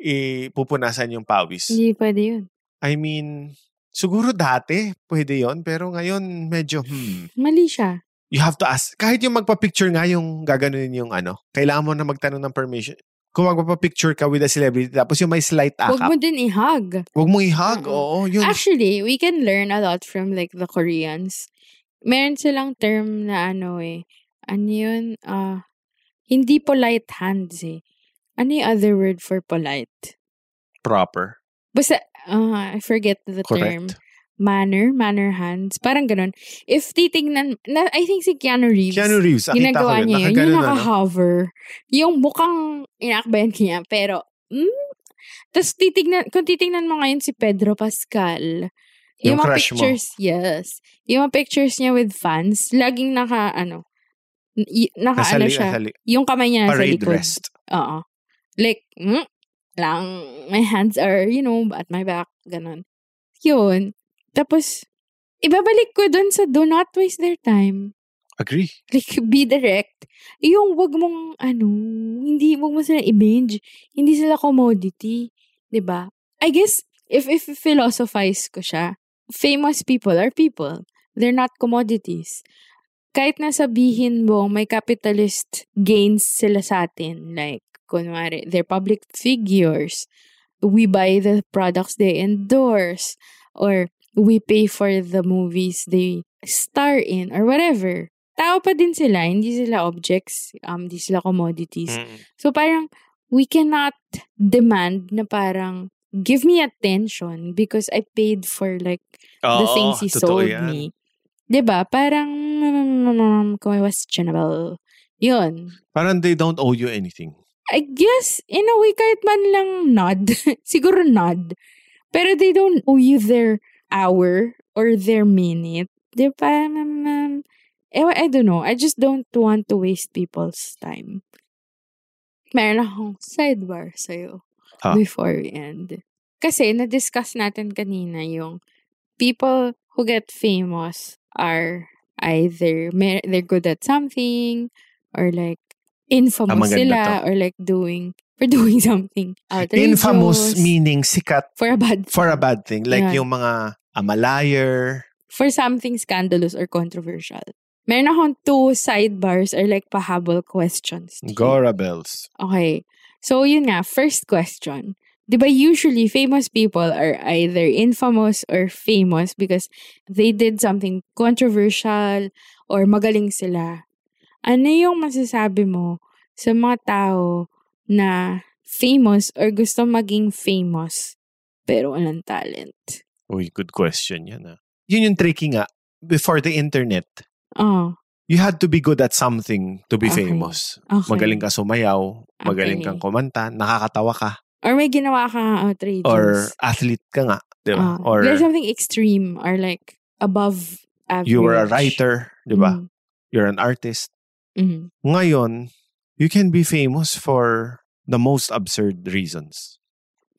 S2: ipupunasan yung pawis.
S3: Hindi pwede yun.
S2: I mean, siguro dati pwede yon pero ngayon medyo, hmm,
S3: Mali siya.
S2: you have to ask. Kahit yung magpa-picture nga yung gaganunin yung ano, kailangan mo na magtanong ng permission. Kung magpa-picture ka with a celebrity, tapos yung may slight
S3: Huwag
S2: akap,
S3: mo din i-hug.
S2: huwag mong i-hug. Oo,
S3: Oo.
S2: Ah, yun.
S3: Actually, we can learn a lot from like the Koreans. Meron silang term na ano eh. Ano yun? Ah, hindi polite hands eh. Ano yung other word for polite?
S2: proper.
S3: Basta, ah, I forget the term.
S2: Correct.
S3: Manner, manner hands. Parang ganun. If titingnan, na, I think si Keanu Reeves.
S2: Keanu Reeves, nakita ko
S3: ginagawa
S2: yun.
S3: niya yun.
S2: Nakaganon ano?
S3: Yung
S2: na, no?
S3: naka-hover. Yung mukhang inaakbayan niya, pero, mm, tapos titignan, kung titignan mo ngayon si Pedro Pascal,
S2: Yung
S3: yung, mga
S2: crush mo.
S3: pictures, yes. Yung mga pictures niya with fans, laging naka, ano, n- y- naka, ano
S2: Nasali,
S3: siya,
S2: nasali.
S3: yung kamay niya nasa
S2: Parade
S3: likod.
S2: rest.
S3: Oo. Like, mm, lang, my hands are, you know, at my back, ganun. Yun. Tapos, ibabalik ko dun sa do not waste their time
S2: Agree.
S3: like be direct yung wag mong ano hindi wag mo sila i-binge hindi sila commodity 'di ba i guess if if philosophize ko siya famous people are people they're not commodities kahit na sabihin mo may capitalist gains sila sa atin like kunwari they're public figures we buy the products they endorse or we pay for the movies they star in or whatever tao pa din sila, hindi sila objects, um, hindi sila commodities. So parang, we cannot demand na parang, give me attention because I paid for like, the
S2: Oo,
S3: things he
S2: totoo
S3: sold
S2: yan.
S3: me. Diba? Parang mm, questionable. Yun.
S2: Parang they don't owe you anything.
S3: I guess, in a way, kahit man lang nod. Siguro nod. Pero they don't owe you their hour or their minute. Di ba? Um, um, ewan, I don't know. I just don't want to waste people's time. Meron akong sidebar sa'yo
S2: Ha?
S3: before we end. Kasi na-discuss natin kanina yung people who get famous are either mer- they're good at something or like
S2: Tama,
S3: infamous
S2: ganda
S3: sila or like doing for doing something outrageous
S2: Infamous meaning sikat
S3: for a bad
S2: for a bad thing. Like
S3: Yeah.
S2: yung mga I'm a liar.
S3: for something scandalous or controversial. Meron akong two sidebars or like pahabol questions. to you.
S2: Gora bells.
S3: Okay. So, yun nga. First question. Di ba usually famous people are either infamous or famous because they did something controversial or magaling sila. Ano yung masasabi mo sa mga tao na famous or gusto maging famous pero walang talent?
S2: Uy, good question yan ah. Yun yung tricky nga. Before the internet,
S3: Oh,
S2: you had to be good at something to be
S3: Okay.
S2: famous.
S3: okay.
S2: Magaling ka sumayaw, magaling
S3: Okay.
S2: kang kumanta, nakakatawa ka,
S3: Or may ginawa kang outrageous.
S2: or athlete ka nga. Di ba?
S3: Ah,
S2: or
S3: like something extreme or like above average.
S2: you were a writer, di ba?
S3: Mm,
S2: You're an artist.
S3: mhm.
S2: Ngayon, you can be famous for the most absurd reasons.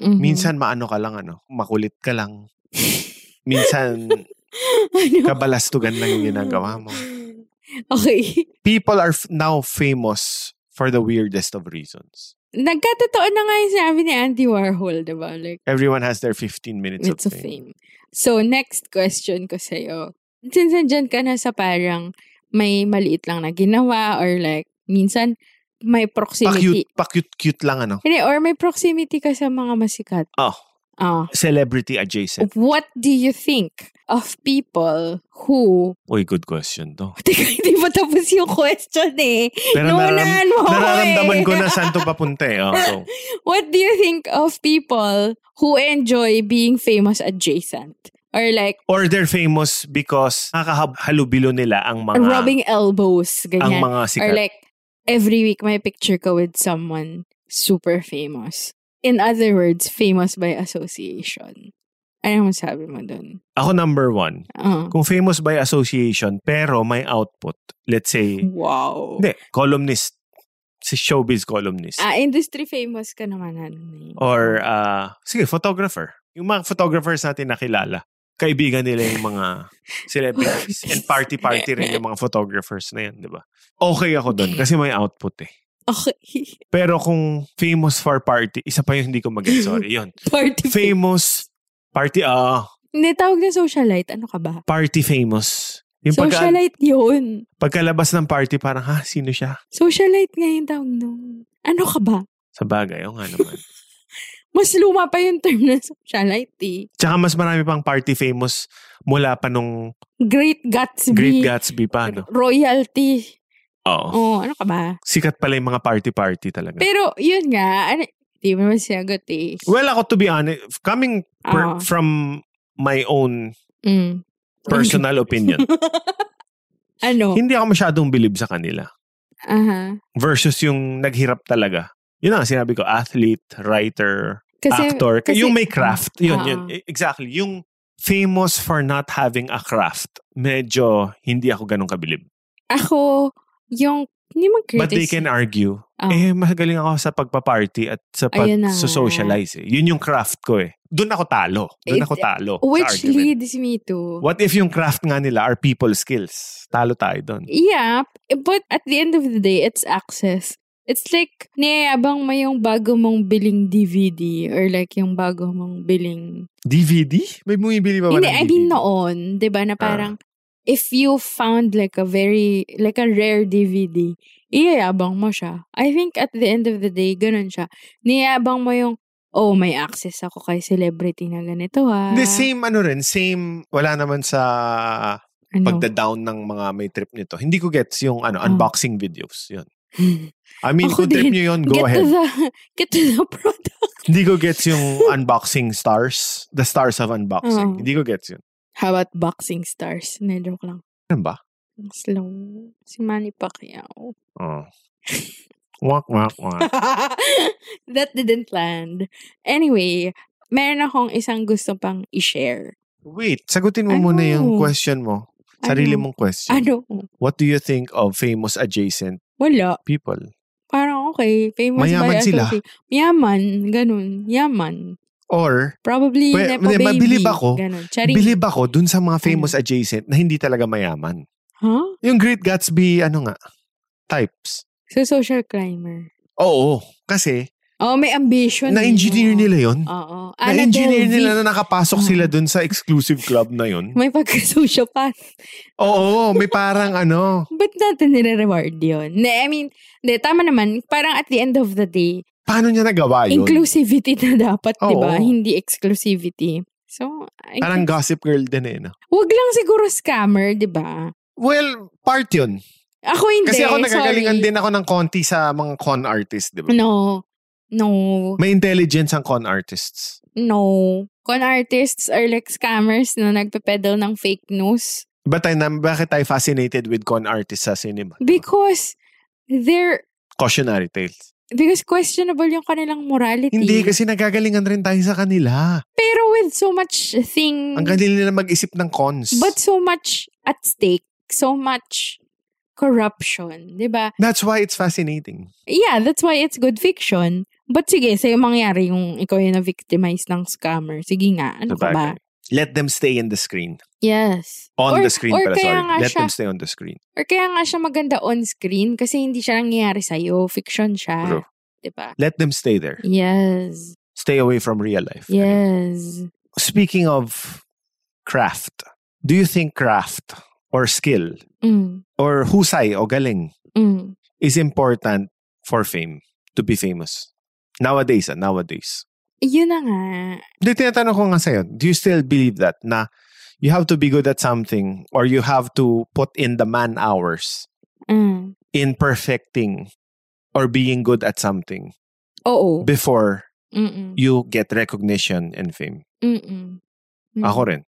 S3: Mhm.
S2: Minsan maano ka lang ano, makulit ka lang. Minsan
S3: Ano?
S2: kabalastugan lang yung ginagawa mo.
S3: Okay.
S2: People are f- now famous for the weirdest of reasons.
S3: Nagkatotoo na nga yung sinabi ni Andy Warhol, di ba? Like,
S2: Everyone has their 15 minutes
S3: it's,
S2: of
S3: a
S2: fame.
S3: fame. So, next question ko sa'yo. Since nandyan ka na sa parang may maliit lang na ginawa or like, minsan may proximity.
S2: Pa-cute, pa-cute-cute lang ano.
S3: Hindi, or may proximity ka sa mga masikat.
S2: Oh,
S3: Ah.
S2: celebrity adjacent.
S3: What do you think of people who...
S2: Uy, good question to.
S3: Teka, hindi pa tapos yung question eh.
S2: Pero
S3: Nunan
S2: nararam-
S3: mo ako eh.
S2: nararamdaman ko na saan to papunta eh. Oh, so,
S3: What do you think of people who enjoy being famous adjacent? Or like
S2: or they're famous because nakakahalubilo nila ang mga
S3: rubbing elbows,
S2: ang
S3: ganyan.
S2: mga
S3: Or
S2: sikat.
S3: like every week may picture ka with someone super famous. In other words, famous by association. Ano mo sabi mo dun?
S2: Ako number one.
S3: Ah.
S2: Kung famous by association pero may output, let's say,
S3: wow.
S2: hindi, columnist, si showbiz columnist.
S3: Ah, industry famous ka naman. Ano, eh.
S2: Or, uh, sige, photographer. Yung mga photographers natin nakilala, kaibigan nila yung mga celebrities. And party-party rin yung mga photographers na yan, di ba? Okay ako doon kasi may output eh.
S3: Okay.
S2: Pero kung famous for party, isa pa yung hindi ko mag-get, sorry, yun.
S3: Party famous.
S2: Famous, party, ah,
S3: Hindi, tawag na socialite. Ano ka ba?
S2: party famous. Yung pagka,
S3: Socialite yun.
S2: pagkalabas ng party, parang, ha, sino siya?
S3: Socialite nga yung tawag nun. Ano ka ba?
S2: Sa bagay, o nga naman.
S3: Mas luma pa yung term na socialite eh.
S2: Tsaka mas marami pang party famous mula pa nung
S3: Great Gatsby.
S2: Great Gatsby ano? Oh. pa, no?
S3: Royalty.
S2: Oo.
S3: Oo, ano ka ba?
S2: Sikat pala yung mga party-party talaga.
S3: Pero yun nga, ano, di mo naman sinagot eh.
S2: well, ako to be honest, coming per-
S3: Oo.
S2: from my own
S3: Mm.
S2: personal opinion,
S3: Ano?
S2: hindi ako masyadong believe sa kanila.
S3: Aha.
S2: Versus yung naghirap talaga. Yun ang sinabi ko, athlete, writer,
S3: Kasi,
S2: actor.
S3: kasi-
S2: yung may craft. Yun,
S3: Oo.
S2: yun. E- Exactly. Yung famous for not having a craft, medyo hindi ako ganun kabilib.
S3: Ako, yung, hindi mag
S2: But they can argue,
S3: Oh.
S2: Eh, mas galing ako sa pagpa-party at sa pag
S3: Ayun na nga.
S2: sa socialize eh. Yun yung craft ko eh. Doon ako talo. Doon
S3: It-
S2: ako talo. sa
S3: Which
S2: argument.
S3: leads me to...
S2: What if yung craft nga nila are people skills? Talo tayo doon.
S3: Yeah, but at the end of the day, it's access. It's like, niyayabang mo yung bago mong biling DVD or like yung bago mong biling...
S2: DVD? May bumibili ba ba
S3: Hindi,
S2: ng
S3: I mean
S2: DVD?
S3: noon, di
S2: Ah.
S3: ba, na parang if you found like a very, like a rare DVD, iyayabang mo siya. I think at the end of the day, ganun siya. Niyayabang mo yung, oh, may access ako kay celebrity na ganito ah." ha.
S2: Hindi, same ano rin. Same, wala naman sa
S3: Ano?
S2: pagda-down ng mga may trip nito. Hindi ko gets yung ano,
S3: Ah.
S2: unboxing videos. Yun. I mean,
S3: Ako
S2: kung trip
S3: din.
S2: nyo yun, go
S3: get
S2: ahead.
S3: To the, get to the product.
S2: Hindi ko gets yung unboxing stars. The stars of unboxing.
S3: Oo.
S2: Hindi ko gets yun.
S3: How about boxing stars? Na joke lang.
S2: Ano ba?
S3: Slow. Si Manny Pacquiao.
S2: Oh. wak, wak, wak.
S3: That didn't land. Anyway, meron akong isang gusto pang i-share.
S2: Wait, sagutin mo
S3: Ano?
S2: muna yung question mo. Sarili
S3: Ano?
S2: mong question.
S3: Ano?
S2: What do you think of famous adjacent
S3: Wala.
S2: people?
S3: Parang okay. Famous
S2: Mayaman
S3: by
S2: sila.
S3: associate- Yaman. Ganun. Yaman.
S2: Or,
S3: Probably
S2: Pwe-
S3: Nepo
S2: hindi,
S3: Baby.
S2: mabilib ako.
S3: Ganun. Charing.
S2: bilib ako dun sa mga famous
S3: Ano?
S2: adjacent na hindi talaga mayaman.
S3: Huh?
S2: Yung Great Gatsby, ano nga, types.
S3: So, social climber.
S2: Oo, kasi
S3: Oh, may ambition.
S2: na-engineer
S3: eh, no?
S2: nila yon.
S3: Oo.
S2: na-engineer
S3: Annabelle
S2: nila
S3: V.
S2: na nakapasok
S3: Oo.
S2: sila dun sa exclusive club na yon.
S3: Hmm. May pagka-sociopath.
S2: Oo, may parang ano,
S3: Ba't natin nire-reward yun? Ne, I mean, de, tama naman. Parang at the end of the day,
S2: paano niya nagawa yun?
S3: inclusivity na dapat,
S2: Oo.
S3: di ba? Hindi exclusivity. So, I
S2: Parang
S3: guess-
S2: gossip girl din eh. No?
S3: Wag lang siguro scammer, di ba?
S2: Well, part yun.
S3: Ako hindi.
S2: Kasi ako nagagalingan
S3: sorry. Ano?
S2: din ako ng konti sa mga con artist, di ba?
S3: No. No.
S2: May intelligence ang con artists.
S3: No. Con artists are like scammers na nagpe-peddle ng fake news.
S2: Ba tayo, na, bakit tayo fascinated with con artists sa cinema?
S3: Because they're
S2: Cautionary tales.
S3: because questionable yung kanilang morality.
S2: Hindi, kasi nagagalingan rin tayo sa kanila.
S3: Pero with so much thing,
S2: Ang galing nila mag-isip ng cons.
S3: but so much at stake, so much corruption, di ba?
S2: That's why it's fascinating.
S3: Yeah, that's why it's good fiction. But sige, sa'yo mangyari yung ikaw yung na-victimize ng scammer. Sige nga, ano ka ba?
S2: Let them stay in the screen.
S3: Yes.
S2: On
S3: Or-
S2: the screen
S3: or
S2: pala,
S3: kaya
S2: sorry.
S3: nga
S2: Let
S3: siya-
S2: them stay on the screen.
S3: Or kaya nga siya maganda on screen kasi hindi siya nangyayari sa'yo. Fiction siya.
S2: True.
S3: Di ba?
S2: Let them stay there.
S3: Yes.
S2: Stay away from real life.
S3: Yes.
S2: Speaking of craft, do you think craft or skill
S3: Mm.
S2: or husay o galing
S3: Mm.
S2: is important for fame, to be famous? Nowadays, ah, nowadays.
S3: Yun na nga.
S2: Hindi, tinatanong ko nga sa'yo, do you still believe that na you have to be good at something or you have to put in the man hours
S3: Mm.
S2: in perfecting or being good at something Oh,
S3: Oo.
S2: before
S3: Mm-mm.
S2: you get recognition and fame?
S3: Mm-mm. Mm.
S2: Ako rin.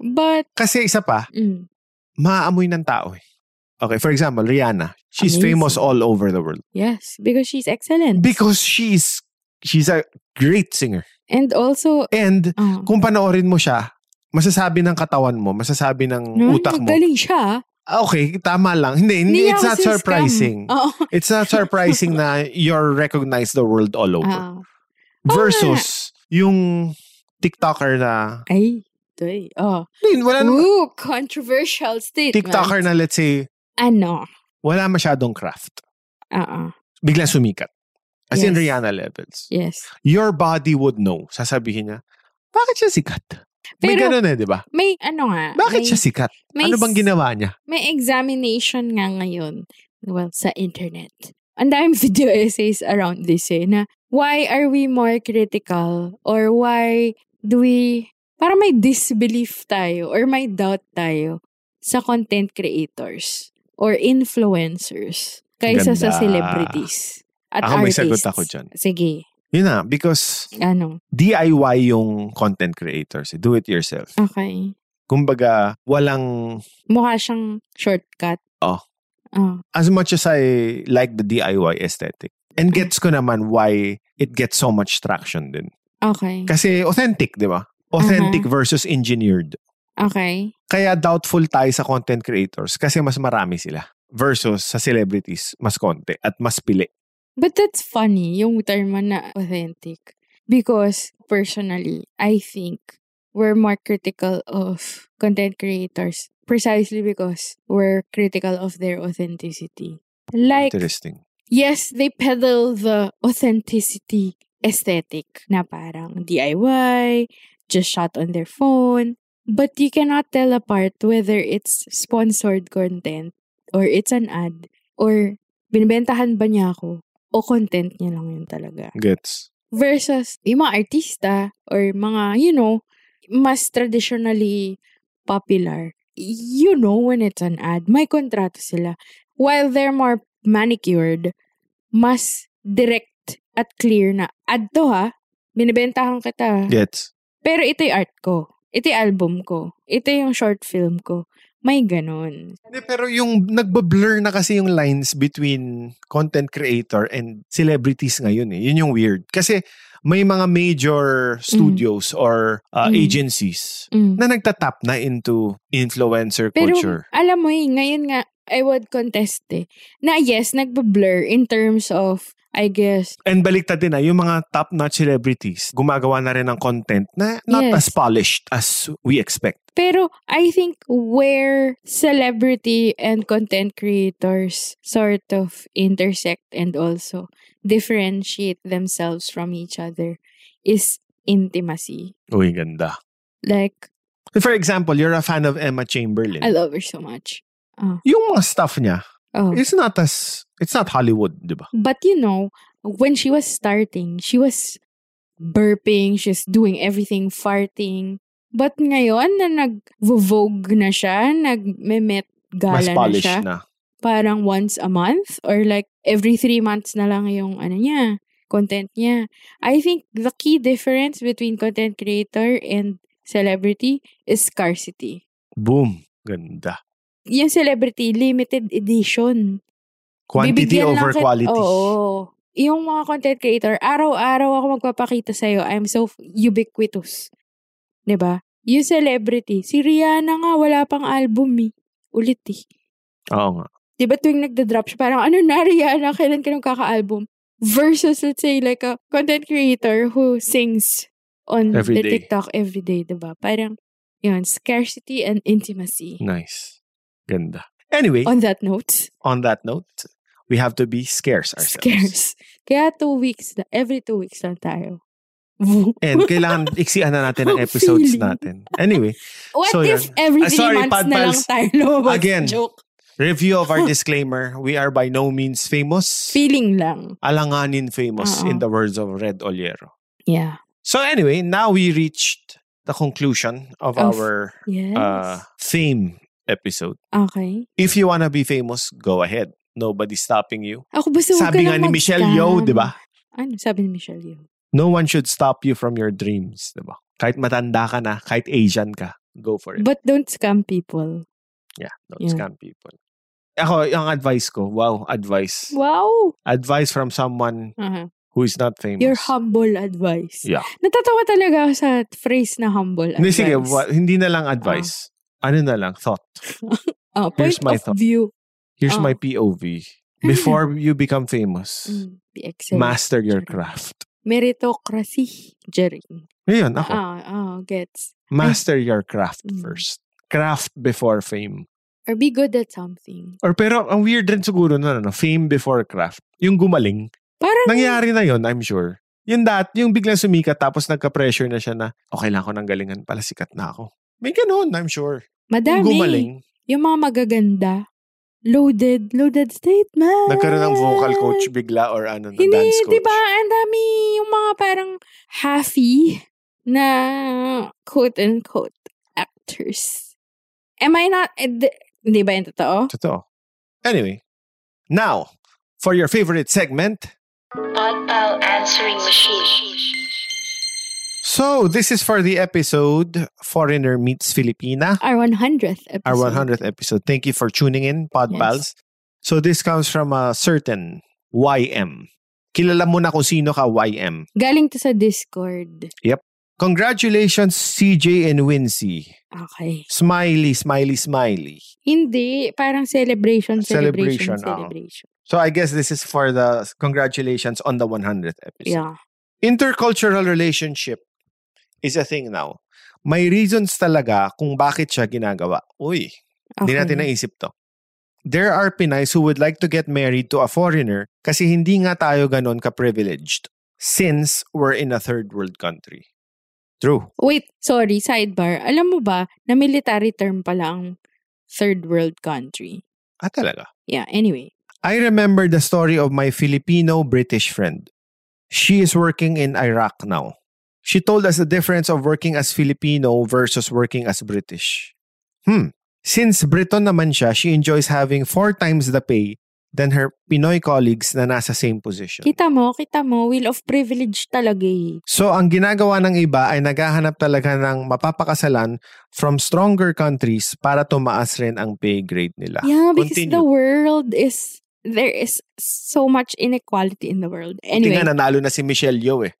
S3: But,
S2: Kasi isa pa,
S3: mm,
S2: maaamoy ng tao eh. Okay, for example, Rihanna. She's
S3: Amazing.
S2: famous all over the world
S3: yes, because she's excellent.
S2: because she's she's a great singer.
S3: And also,
S2: And
S3: ah,
S2: kung panoorin mo siya, masasabi ng katawan mo, masasabi ng
S3: no,
S2: utak mo.
S3: Hmm, Galing siya.
S2: "Ah, Okay, tama lang. Hindi, hindi
S3: Hindi
S2: it's
S3: ako
S2: not
S3: siniscam. Oh.
S2: surprising.
S3: Oo.
S2: It's not surprising na you're recognized the world all over.
S3: Ah.
S2: Versus yung TikToker na,
S3: ay, doy. Oh.
S2: I mean, wala namang
S3: Ooh, controversial statement.
S2: TikToker na let's say,
S3: Ano? Ah,
S2: wala masyadong craft.
S3: Oo.
S2: Bigla sumikat. As in
S3: Yes.
S2: Rihanna levels.
S3: Yes.
S2: Your body would know. Sasabihin niya, bakit siya sikat? May
S3: Pero-
S2: ganun eh, di ba?
S3: May ano nga.
S2: Bakit
S3: may,
S2: siya sikat?
S3: may
S2: Ano bang
S3: s-
S2: ginawa niya?
S3: May examination nga ngayon. Well, sa internet. Ang daming video essays around this eh, na why are we more critical or why do we, para may disbelief tayo or may doubt tayo sa content creators or influencers kaysa sa
S2: Ganda.
S3: celebrities at
S2: Ako, may
S3: artists.
S2: sagot ako dyan.
S3: Sige,
S2: Yun na, because
S3: ano,
S2: DIY yung content creators. eh. Do it yourself.
S3: okay.
S2: Kumbaga, walang...
S3: Mukha siyang shortcut.
S2: Oh.
S3: Oh.
S2: As much as I like the DIY aesthetic, and
S3: Mm.
S2: gets ko naman why it gets so much traction din.
S3: Okay.
S2: Kasi authentic, di ba? Authentic
S3: Mm-hmm.
S2: versus engineered.
S3: Okay.
S2: Kaya doubtful tayo sa content creators kasi mas marami sila. Versus sa celebrities, mas konti at mas pili.
S3: But that's funny, yung term mo na authentic. Because, personally, I think we're more critical of content creators precisely because we're critical of their authenticity. Like,
S2: Interesting.
S3: yes, they peddle the authenticity aesthetic na parang DIY, just shot on their phone. But you cannot tell apart whether it's sponsored content or it's an ad or binibentahan ba niya ako o content niya lang yun talaga.
S2: Gets.
S3: Mm-hmm. Versus yung mga artista or mga, you know, mas traditionally popular, you know when it's an ad, may kontrato sila. While they're more manicured, mas direct at clear na, ad to ha, binibentahan kita.
S2: Gets.
S3: Pero ito yung art ko. Ito yung album ko. Ito yung short film ko. May ganun.
S2: Hindi, pero yung nagbablur na kasi yung lines between content creator and celebrities ngayon eh. Yun yung weird. Kasi may mga major studios or uh,
S3: Mm.
S2: agencies
S3: Mm.
S2: na nagtatap na into influencer
S3: Pero
S2: culture.
S3: alam mo eh, ngayon nga, I would contest eh. Na yes, nagbablur in terms of, I guess,
S2: And baliktad din na yung mga top-notch celebrities gumagawa na rin ng content na not
S3: Yes.
S2: as polished as we expect.
S3: Pero I think where celebrity and content creators sort of intersect and also differentiate themselves from each other is intimacy.
S2: Uy, ganda.
S3: Like,
S2: For example, you're a fan of Emma Chamberlain.
S3: I love her so much. Ah,
S2: yung mga stuff niya,
S3: Oh.
S2: it's not as, it's not Hollywood, di ba?
S3: But you know, when she was starting, she was burping, she's doing everything, farting. But ngayon na nag-vogue na siya, nag-met gala
S2: Mas
S3: na
S2: polished
S3: siya.
S2: na.
S3: parang once a month or like every three months na lang yung ano niya, content niya. I think the key difference between content creator and celebrity is scarcity.
S2: Boom. Ganda.
S3: Yung celebrity, limited edition.
S2: Quantity
S3: Bibigyan lang
S2: over
S3: kit-
S2: quality.
S3: Oo. Yung mga content creator, araw-araw ako magpapakita sa'yo. I'm so f- ubiquitous. 'Di ba? Yung celebrity, si Rihanna nga, wala pang album eh. Ulit eh.
S2: Oo nga.
S3: di ba tuwing nagda-drop siya, parang ano na, Rihanna, kailan ka nung kaka-album? Versus, let's say, like a content creator who sings on
S2: Every
S3: the
S2: day.
S3: TikTok every day, di ba? Parang, yun, scarcity and intimacy.
S2: Nice. Ganda. Anyway, on,
S3: On that note,
S2: that note, we have to be scarce ourselves.
S3: scarce. Kaya two weeks, na, every two weeks lang tayo. Woo.
S2: And kailangan iksian na natin ang episodes
S3: Feeling.
S2: natin. Anyway,
S3: What
S2: so
S3: if
S2: yun.
S3: every
S2: Ah,
S3: three
S2: sorry,
S3: months
S2: Pad
S3: na lang
S2: Pals.
S3: tayo lumabas?
S2: Again.
S3: Joke.
S2: review of our disclaimer, we are by no means famous.
S3: Feeling lang.
S2: alanganin famous
S3: Oo.
S2: in the words of Red Oliero.
S3: Yeah.
S2: So anyway, now we reached the conclusion of,
S3: Of-
S2: our
S3: Yes.
S2: uh, theme episode.
S3: okay.
S2: If you wanna be famous, go ahead. Nobody's stopping you.
S3: Ako basta huwag ka
S2: Sabi nga
S3: lang
S2: ni Michelle Yeoh,
S3: mag-scam.
S2: di ba?
S3: Ano? Sabi ni Michelle Yeoh.
S2: No one should stop you from your dreams, di ba? Kahit matanda ka na, kahit Asian ka, go for it.
S3: But don't scam people.
S2: yeah, don't
S3: Yeah.
S2: scam people. Ako, yung advice ko, wow, advice.
S3: Wow!
S2: Advice from someone
S3: Uh-huh.
S2: who is not famous.
S3: Your humble advice.
S2: Mm-hmm. Yeah.
S3: Natatawa talaga ako sa phrase na humble
S2: Hindi,
S3: advice.
S2: sige, wa- hindi na lang advice. Ano na lang, thought.
S3: Ah, point
S2: here's my
S3: of
S2: thought.
S3: view.
S2: Here's
S3: Oh.
S2: my POV. Before you become famous,
S3: Mm, be excellent.
S2: master your Uh-huh.
S3: Jerry.
S2: craft.
S3: Meritocracy. Jering.
S2: Yun, ako.
S3: Ah, ah, gets.
S2: Master your craft
S3: Mm.
S2: first. Craft before fame.
S3: Or be good at something.
S2: Or pero ang weird rin siguro na ano, fame before craft. Yung gumaling.
S3: Parang,
S2: Nangyari na yun, I'm sure. Yung dat, yung biglang sumikat tapos nagka-pressure na siya na, oh, kailangan ko ng galingan pala, sikat na ako. May ganun, I'm sure.
S3: madami.
S2: Yung gumaling,
S3: Yung mga magaganda. Loaded. Loaded statement.
S2: nagkaroon ng vocal coach bigla or ano, ng
S3: Hindi,
S2: dance coach.
S3: di ba? Ang dami yung mga parang happy na quote-unquote actors. Am I not, eh, di, di ba yung totoo?
S2: Totoo. Anyway, now, for your favorite segment,
S6: Podpal answering machine.
S2: So, this is for the episode Foreigner Meets Filipina,
S3: Our 100th Ah, episode.
S2: our e- 100th episode. Thank you for tuning in, Pod
S3: Yes.
S2: Pals. So, this comes from a certain YM. Kilala mo na kung sino ka, YM.
S3: Galing to sa Discord.
S2: Congratulations, CJ and Wincy.
S3: Okay.
S2: Smiley, smiley, smiley.
S3: Hindi, parang celebration,
S2: Celebration,
S3: celebration, celebration.
S2: oo. So, I guess this is for the congratulations on the 100th episode.
S3: Yeah.
S2: Intercultural relationship is a thing now. May reasons talaga kung bakit siya ginagawa. Uy,
S3: Okay.
S2: Hindi natin naisip to. There are Pinays who would like to get married to a foreigner kasi hindi nga tayo ganon ka-privileged since we're in a third world country. True.
S3: Wait, sorry, sidebar. Alam mo ba, na military term pala ang third world country.
S2: Ah, talaga?
S3: Yeah, anyway.
S2: I remember the story of my Filipino-British friend. She is working in Iraq now. She told us the difference of working as Filipino versus working as British. Hmm. Since Briton naman siya, she enjoys having four times the pay than her Pinoy colleagues na nasa same position.
S3: Kita mo, kita mo, wheel of privilege talaga eh.
S2: So, ang ginagawa ng iba ay naghahanap talaga ng mapapakasalan from stronger countries para tumaas rin ang pay grade nila.
S3: Yeah, because
S2: Diba? Continue.
S3: the world is, there is so much inequality in the world.
S2: Buti
S3: Anyway,
S2: nga, nanalo na si Michelle Yeoh eh.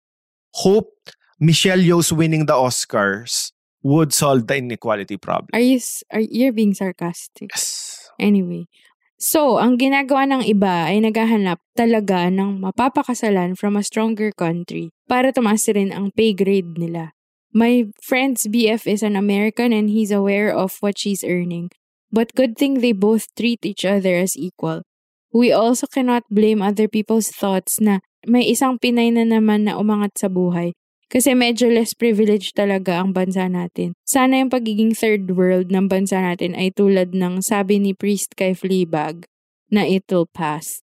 S2: Hope Michelle Yeoh's winning the Oscars would solve the inequality problem.
S3: are you, s- are, you're being sarcastic.
S2: Yes.
S3: Anyway. So, ang ginagawa ng iba ay naghahanap talaga ng mapapakasalan from a stronger country para tumaas rin ang pay grade nila. My friend's BF is an American and he's aware of what she's earning. But good thing they both treat each other as equal. We also cannot blame other people's thoughts na may isang Pinay na naman na umangat sa buhay. Kasi medyo less privileged talaga ang bansa natin. Sana yung pagiging third world ng bansa natin ay tulad ng sabi ni Priest kay Fleabag na it'll pass.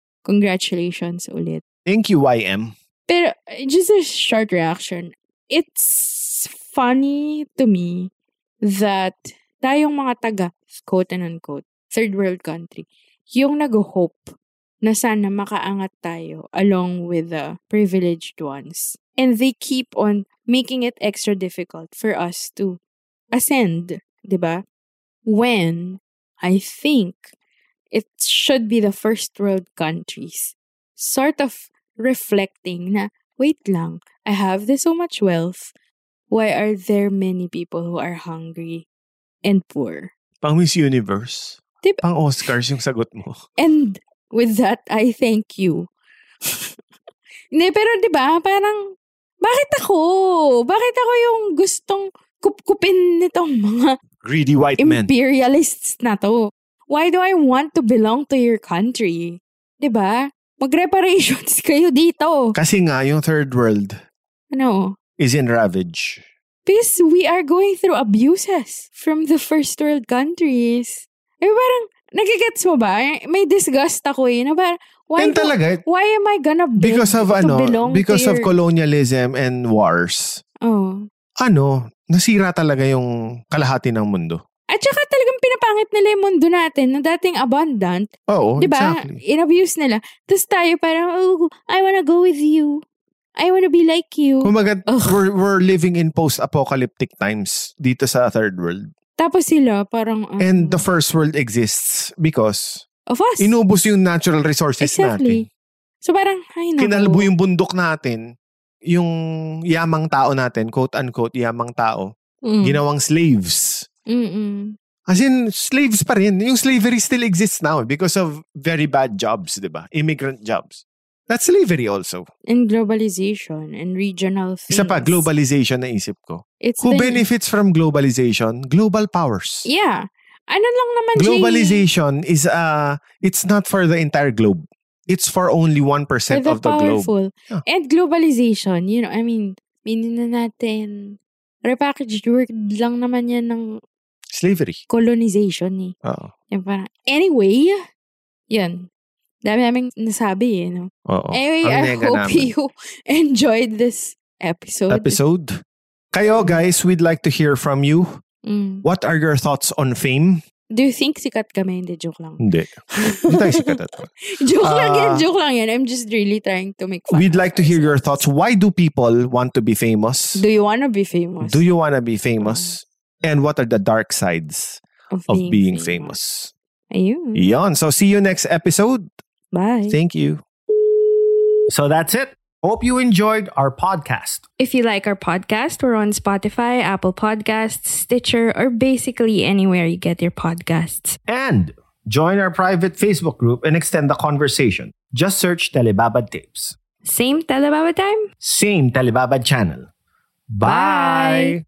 S3: Congratulations ulit.
S2: Thank you, YM.
S3: Pero uh, just a short reaction. It's funny to me that tayong mga taga, quote and unquote, third world country, yung nag-hope na sana makaangat tayo along with the privileged ones. And they keep on making it extra difficult for us to ascend, di ba? When I think it should be the first world countries sort of reflecting na, wait lang, I have this so much wealth. Why are there many people who are hungry and poor?
S2: Pang Miss Universe.
S3: Di-
S2: Pang Oscars yung sagot mo.
S3: And with that, I thank you. Hindi, pero di ba parang, bakit ako? Bakit ako yung gustong kupkupin nitong mga
S2: Greedy white men.
S3: imperialists na to. Why do I want to belong to your country? 'Di ba? Mag-reparations kayo dito.
S2: Kasi nga, yung third world
S3: Ano?
S2: is in ravage.
S3: Because we are going through abuses from the first world countries. Eh parang, nagigets mo ba? May disgust ako eh. Na parang, why,
S2: Then
S3: do-
S2: talaga, eh.
S3: why am I gonna be
S2: because of
S3: to
S2: ano,
S3: belong
S2: because
S3: to
S2: of
S3: your-
S2: colonialism and wars,
S3: Oh.
S2: ano, nasira talaga yung kalahati ng mundo.
S3: At saka talagang pinapangit nila yung mundo natin na dating abundant
S2: Oo,
S3: Diba?
S2: Oh, exactly.
S3: In-abuse nila. Tapos tayo parang, oh, I wanna go with you. I wanna be like you.
S2: Kumaga,
S3: Ugh.
S2: we're, we're living in post-apocalyptic times dito sa third world.
S3: Tapos sila parang, ano,
S2: And the first world exists because
S3: of us.
S2: inubos yung natural resources
S3: exactly. So parang, ay
S2: natin.
S3: naku.
S2: Kinalbo yung bundok natin. Yung yamang tao natin, quote-unquote, yamang tao,
S3: Mm.
S2: ginawang slaves.
S3: Mm-mm.
S2: As in, slaves pa rin. Yung slavery still exists now because of very bad jobs, di ba? Immigrant jobs. That's slavery also.
S3: And globalization and regional things.
S2: Isa pa, globalization na isip ko.
S3: It's
S2: Who
S3: the-
S2: benefits from globalization? Global powers.
S3: Yeah. Ano lang naman, Jay?
S2: Globalization is, uh, it's not for the entire globe. It's for only 1%
S3: For the
S2: of the globe.
S3: powerful.
S2: Yeah.
S3: And globalization, you know, I mean, meaning na natin, repackaged word lang naman yan ng
S2: Slavery. Oh,
S3: colonization eh.
S2: Oo.
S3: Yung parang, anyway, yun. Dami naming nasabi eh, no?
S2: Oo.
S3: Anyway,
S2: oh. Ang
S3: I
S2: nega
S3: hope
S2: namin.
S3: you enjoyed this episode.
S2: Episode. Kayo guys, we'd like to hear from you.
S3: Mm.
S2: What are your thoughts on fame?
S3: Do you think sikat kami? Hindi, joke lang.
S2: Hindi. Hindi tayo sikat at all.
S3: joke lang yan,
S2: Ah.
S3: joke lang yan. I'm just really trying to make fun.
S2: We'd
S3: of
S2: like to hear your thoughts.
S3: ourselves.
S2: Why do people want to be famous?
S3: Do you wanna be famous?
S2: Do you want to be famous? And what are the dark sides
S3: Of,
S2: of being, famous?
S3: Ayun.
S2: Yon. So see you next episode.
S3: Bye.
S2: Thank you. So that's it. Hope you enjoyed our podcast.
S3: If you like our podcast, we're on Spotify, Apple Podcasts, Stitcher, or basically anywhere you get your podcasts.
S5: And join our private Facebook group and extend the conversation. Just search Telebabad Tapes.
S3: Same Telebaba time?
S5: Same Telebabad channel. Bye.